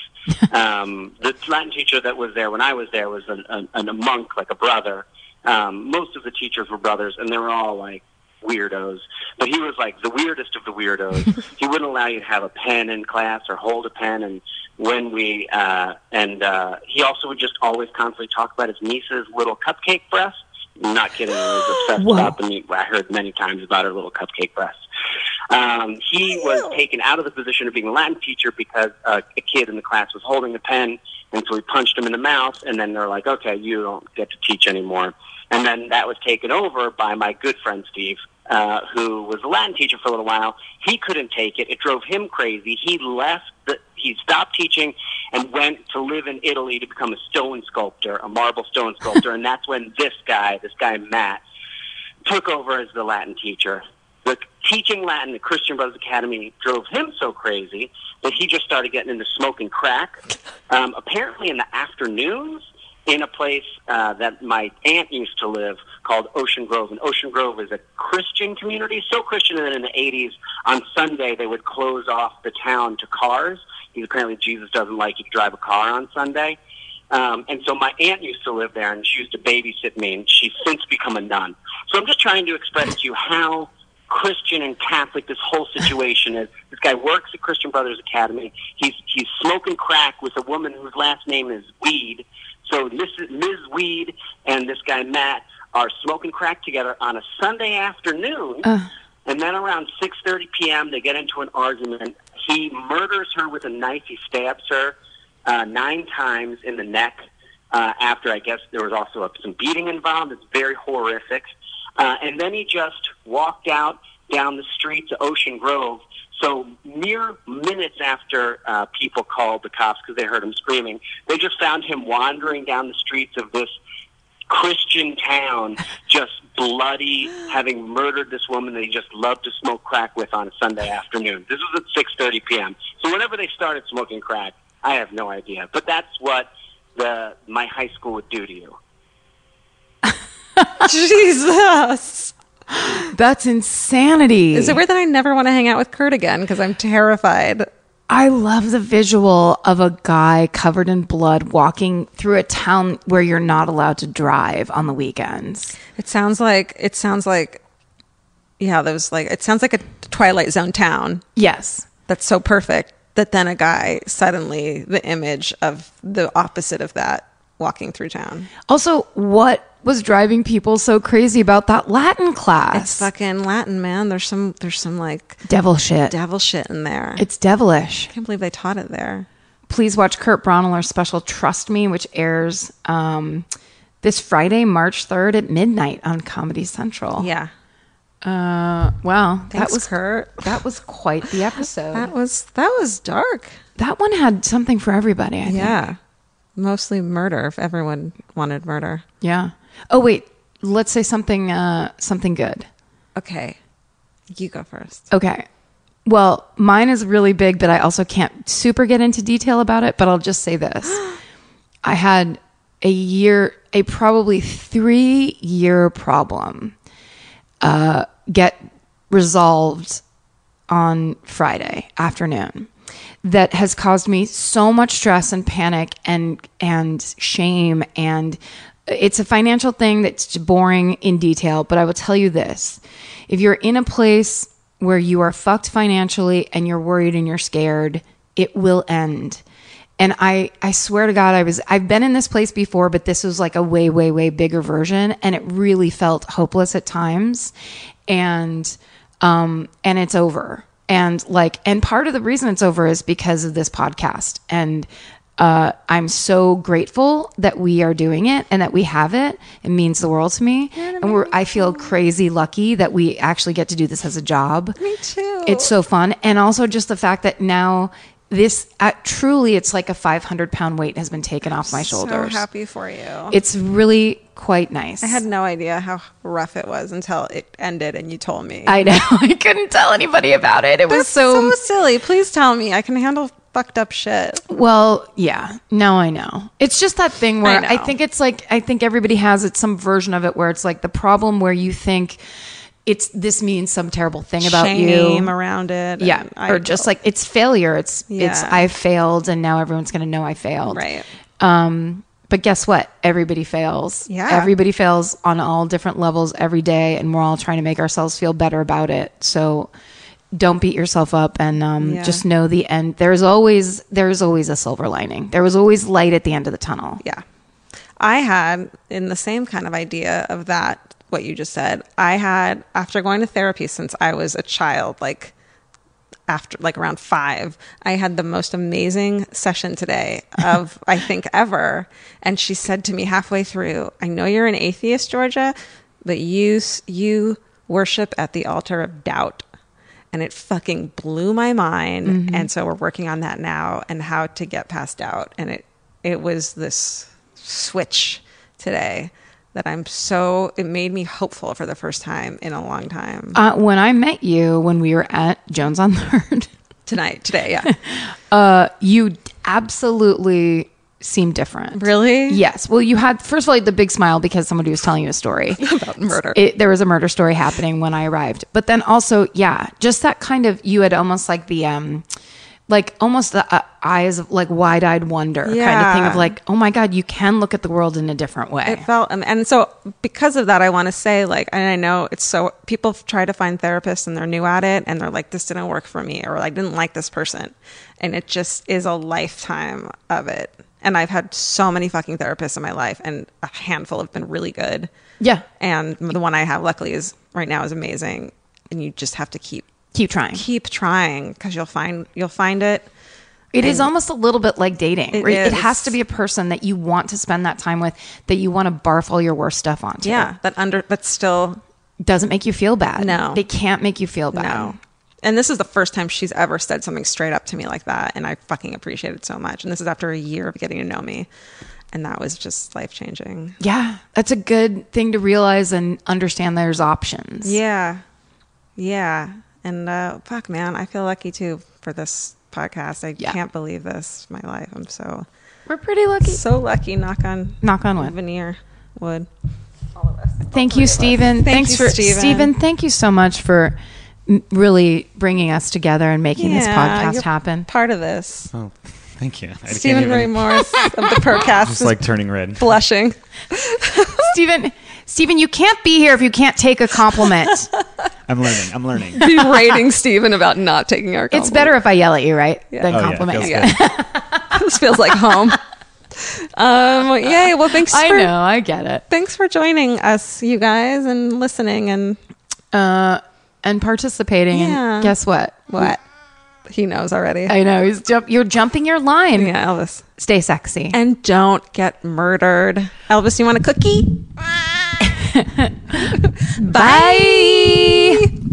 [SPEAKER 8] Um, the Latin teacher that was there when I was there was an, an, a monk, like a brother. Um, most of the teachers were brothers, and they were all like weirdos. But he was like the weirdest of the weirdos. he wouldn't allow you to have a pen in class or hold a pen. And when we uh, and uh, he also would just always constantly talk about his niece's little cupcake breasts. I'm not kidding. He was obsessed about them. He- I heard many times about her little cupcake breasts. Um, he was taken out of the position of being a Latin teacher because uh, a kid in the class was holding a pen, and so he punched him in the mouth. And then they're like, "Okay, you don't get to teach anymore." And then that was taken over by my good friend Steve, uh, who was a Latin teacher for a little while. He couldn't take it; it drove him crazy. He left. The, he stopped teaching and went to live in Italy to become a stone sculptor, a marble stone sculptor. and that's when this guy, this guy Matt, took over as the Latin teacher. The teaching Latin at Christian Brothers Academy drove him so crazy that he just started getting into smoking crack. Um, apparently, in the afternoons, in a place uh, that my aunt used to live called Ocean Grove. And Ocean Grove is a Christian community, so Christian that in the 80s, on Sunday, they would close off the town to cars. Because apparently, Jesus doesn't like you to drive a car on Sunday. Um, and so my aunt used to live there, and she used to babysit me, and she's since become a nun. So I'm just trying to express to you how Christian and Catholic this whole situation is. This guy works at Christian Brothers Academy. He's he's smoking crack with a woman whose last name is Weed. So Mrs. Ms. Weed and this guy Matt are smoking crack together on a Sunday afternoon. And then around 6:30 p.m., they get into an argument. He murders her with a knife. He stabs her uh, nine times in the neck. Uh, after I guess there was also a, some beating involved. It's very horrific. Uh, and then he just walked out down the street to Ocean Grove. So mere minutes after uh, people called the cops because they heard him screaming, they just found him wandering down the streets of this Christian town, just bloody, having murdered this woman that he just loved to smoke crack with on a Sunday afternoon. This was at 6:30 p.m. So whenever they started smoking crack, I have no idea, but that's what the my high school would do to you.
[SPEAKER 7] Jesus.
[SPEAKER 3] That's insanity.
[SPEAKER 7] Is it weird that I never want to hang out with Kurt again because I'm terrified?
[SPEAKER 3] I love the visual of a guy covered in blood walking through a town where you're not allowed to drive on the weekends.
[SPEAKER 7] It sounds like it sounds like yeah, those like it sounds like a Twilight Zone town
[SPEAKER 3] Yes.
[SPEAKER 7] that's so perfect that then a guy suddenly the image of the opposite of that walking through town.
[SPEAKER 3] Also, what was driving people so crazy about that Latin class?
[SPEAKER 7] It's fucking Latin, man. There's some there's some like
[SPEAKER 3] devil shit.
[SPEAKER 7] devil shit in there.
[SPEAKER 3] it's devilish.
[SPEAKER 7] I can't believe they taught it there.
[SPEAKER 3] Please watch Kurt Bronner's special Trust Me, which airs um, this Friday, March 3rd at midnight on Comedy Central.
[SPEAKER 7] Yeah.
[SPEAKER 3] Uh, wow. that
[SPEAKER 7] Thanks,
[SPEAKER 3] was
[SPEAKER 7] Kurt.
[SPEAKER 3] That was quite the episode.
[SPEAKER 7] That was that was dark.
[SPEAKER 3] that one had something for everybody, I think.
[SPEAKER 7] Yeah. Mostly murder if everyone wanted murder.
[SPEAKER 3] Yeah. Oh wait, let's say something uh something good.
[SPEAKER 7] Okay. You go first.
[SPEAKER 3] Okay. Well, mine is really big, but I also can't super get into detail about it, but I'll just say this. I had a year a probably 3 year problem uh get resolved on Friday afternoon that has caused me so much stress and panic and and shame and it's a financial thing that's boring in detail but I will tell you this if you're in a place where you are fucked financially and you're worried and you're scared it will end and I I swear to God I was I've been in this place before but this was like a way way way bigger version and it really felt hopeless at times and um, and it's over. And like, and part of the reason it's over is because of this podcast. And uh, I'm so grateful that we are doing it and that we have it. It means the world to me. And we're, I feel crazy lucky that we actually get to do this as a job. Me
[SPEAKER 7] too.
[SPEAKER 3] It's so fun. And also just the fact that now this uh, truly, it's like a 500 pound weight has been taken off my shoulders.
[SPEAKER 7] So happy for you.
[SPEAKER 3] It's really quite nice.
[SPEAKER 7] I had no idea how rough it was until it ended and you told me.
[SPEAKER 3] I know. I couldn't tell anybody about it. It was
[SPEAKER 7] That's silly. Please tell me. I can handle
[SPEAKER 4] fucked up shit.
[SPEAKER 3] Well, yeah. No, I know. It's just that thing where
[SPEAKER 4] know.
[SPEAKER 3] I, think it's like I think everybody has it some version of it where it's like the problem where you think it's this means some terrible thing about
[SPEAKER 4] Shame
[SPEAKER 3] you.
[SPEAKER 4] around it.
[SPEAKER 3] yeah.
[SPEAKER 4] and Um, I
[SPEAKER 3] or just
[SPEAKER 4] feel-
[SPEAKER 3] like it's failure. It's it's
[SPEAKER 4] Yeah.
[SPEAKER 3] I failed and now everyone's gonna know I failed.
[SPEAKER 4] Right.
[SPEAKER 3] Um but guess what? Everybody fails.
[SPEAKER 4] Yeah.
[SPEAKER 3] Everybody fails on all different levels every day and we're all trying to make ourselves feel better about it. So don't beat yourself up and um,
[SPEAKER 4] Yeah.
[SPEAKER 3] just know the end there's always there's always a silver lining there was always light at the end of the tunnel
[SPEAKER 4] Yeah. I had in the same kind of idea of that, what you just said. I had, after going to therapy since I was a child, like after, like around five, I had the most amazing session today of, I think, ever. And she said to me halfway through, I know you're an atheist, Georgia, but you, s- you worship at the altar of doubt. And it fucking blew my mind. And so we're working on that now and how to get past doubt. And it, it was this switch today that I'm so it made me hopeful for the first time in a long time.
[SPEAKER 3] uh, when i met you when we were at jones on third
[SPEAKER 4] Tonight, today, yeah.
[SPEAKER 3] you absolutely seem different
[SPEAKER 4] really?
[SPEAKER 3] yes well you had first of all you had the big smile because somebody was telling you a story
[SPEAKER 4] About murder.
[SPEAKER 3] it, there was a murder story happening when I arrived. But then also, yeah, just that kind of you had almost like the um like almost the uh, eyes of like wide-eyed wonder kind of thing of
[SPEAKER 4] Yeah.
[SPEAKER 3] like, "Oh my god, you can look at the world in a different way."
[SPEAKER 4] It felt, um, and so because of that, I want to say, like, and I know it's so people f- try to find therapists and they're new at it, and they're like, this didn't work for me, or I didn't like this person, and it just is a lifetime of it. And I've had so many fucking therapists in my life, and a handful have been really good.
[SPEAKER 3] yeah.
[SPEAKER 4] and the one I have luckily is right now is amazing and you just have to keep
[SPEAKER 3] Keep trying.
[SPEAKER 4] keep trying cuz you'll find you'll find it
[SPEAKER 3] It is almost a little bit like dating.
[SPEAKER 4] It
[SPEAKER 3] where It,
[SPEAKER 4] is.
[SPEAKER 3] has to be a person that you want to spend that time with, that you want to barf all your worst stuff onto.
[SPEAKER 4] yeah that under but still
[SPEAKER 3] Doesn't make you feel bad.
[SPEAKER 4] No.
[SPEAKER 3] They can't make you feel bad.
[SPEAKER 4] no and this is the first time she's ever said something straight up to me like that and I fucking appreciate it so much and this is after a year of getting to know me and that was just life changing
[SPEAKER 3] Yeah. That's a good thing to realize and understand there's options.
[SPEAKER 4] yeah yeah and uh fuck man I feel lucky too for this podcast I
[SPEAKER 3] Yeah.
[SPEAKER 4] can't believe this my life I'm so
[SPEAKER 3] We're pretty lucky.
[SPEAKER 4] so lucky knock on
[SPEAKER 3] Knock on wood. Uh,
[SPEAKER 4] veneer wood
[SPEAKER 3] Thank you, Stephen. Thanks
[SPEAKER 4] you,
[SPEAKER 3] for
[SPEAKER 4] Stephen.
[SPEAKER 3] Stephen. Thank you so much for m- really bringing us together and making this
[SPEAKER 4] Yeah,
[SPEAKER 3] podcast
[SPEAKER 4] you're
[SPEAKER 3] happen.
[SPEAKER 4] Part of this.
[SPEAKER 5] Oh, thank you. I can't
[SPEAKER 4] Stephen
[SPEAKER 5] even-
[SPEAKER 4] Ray Morris of the Percast
[SPEAKER 5] Just
[SPEAKER 4] is
[SPEAKER 5] like turning red.
[SPEAKER 4] blushing.
[SPEAKER 3] Stephen, Stephen, you can't be here if you can't take a compliment.
[SPEAKER 5] I'm learning. I'm learning.
[SPEAKER 4] Berating Stephen about not taking our
[SPEAKER 3] it's
[SPEAKER 4] compliment.
[SPEAKER 3] better if I yell at you, right? Than
[SPEAKER 5] Oh, yeah,
[SPEAKER 3] compliment
[SPEAKER 5] feels
[SPEAKER 3] you.
[SPEAKER 5] good.
[SPEAKER 4] this feels like home. um, yay. Well, thanks
[SPEAKER 3] I
[SPEAKER 4] for,
[SPEAKER 3] know. I get it.
[SPEAKER 4] Thanks for joining us, you guys, and listening. And
[SPEAKER 3] Uh, and participating.
[SPEAKER 4] Yeah.
[SPEAKER 3] And guess what?
[SPEAKER 4] what? He knows already.
[SPEAKER 3] I know. He's jump- you're jumping your line.
[SPEAKER 4] yeah, Elvis.
[SPEAKER 3] Stay sexy.
[SPEAKER 4] And don't get murdered. Elvis, you want a cookie? Bye.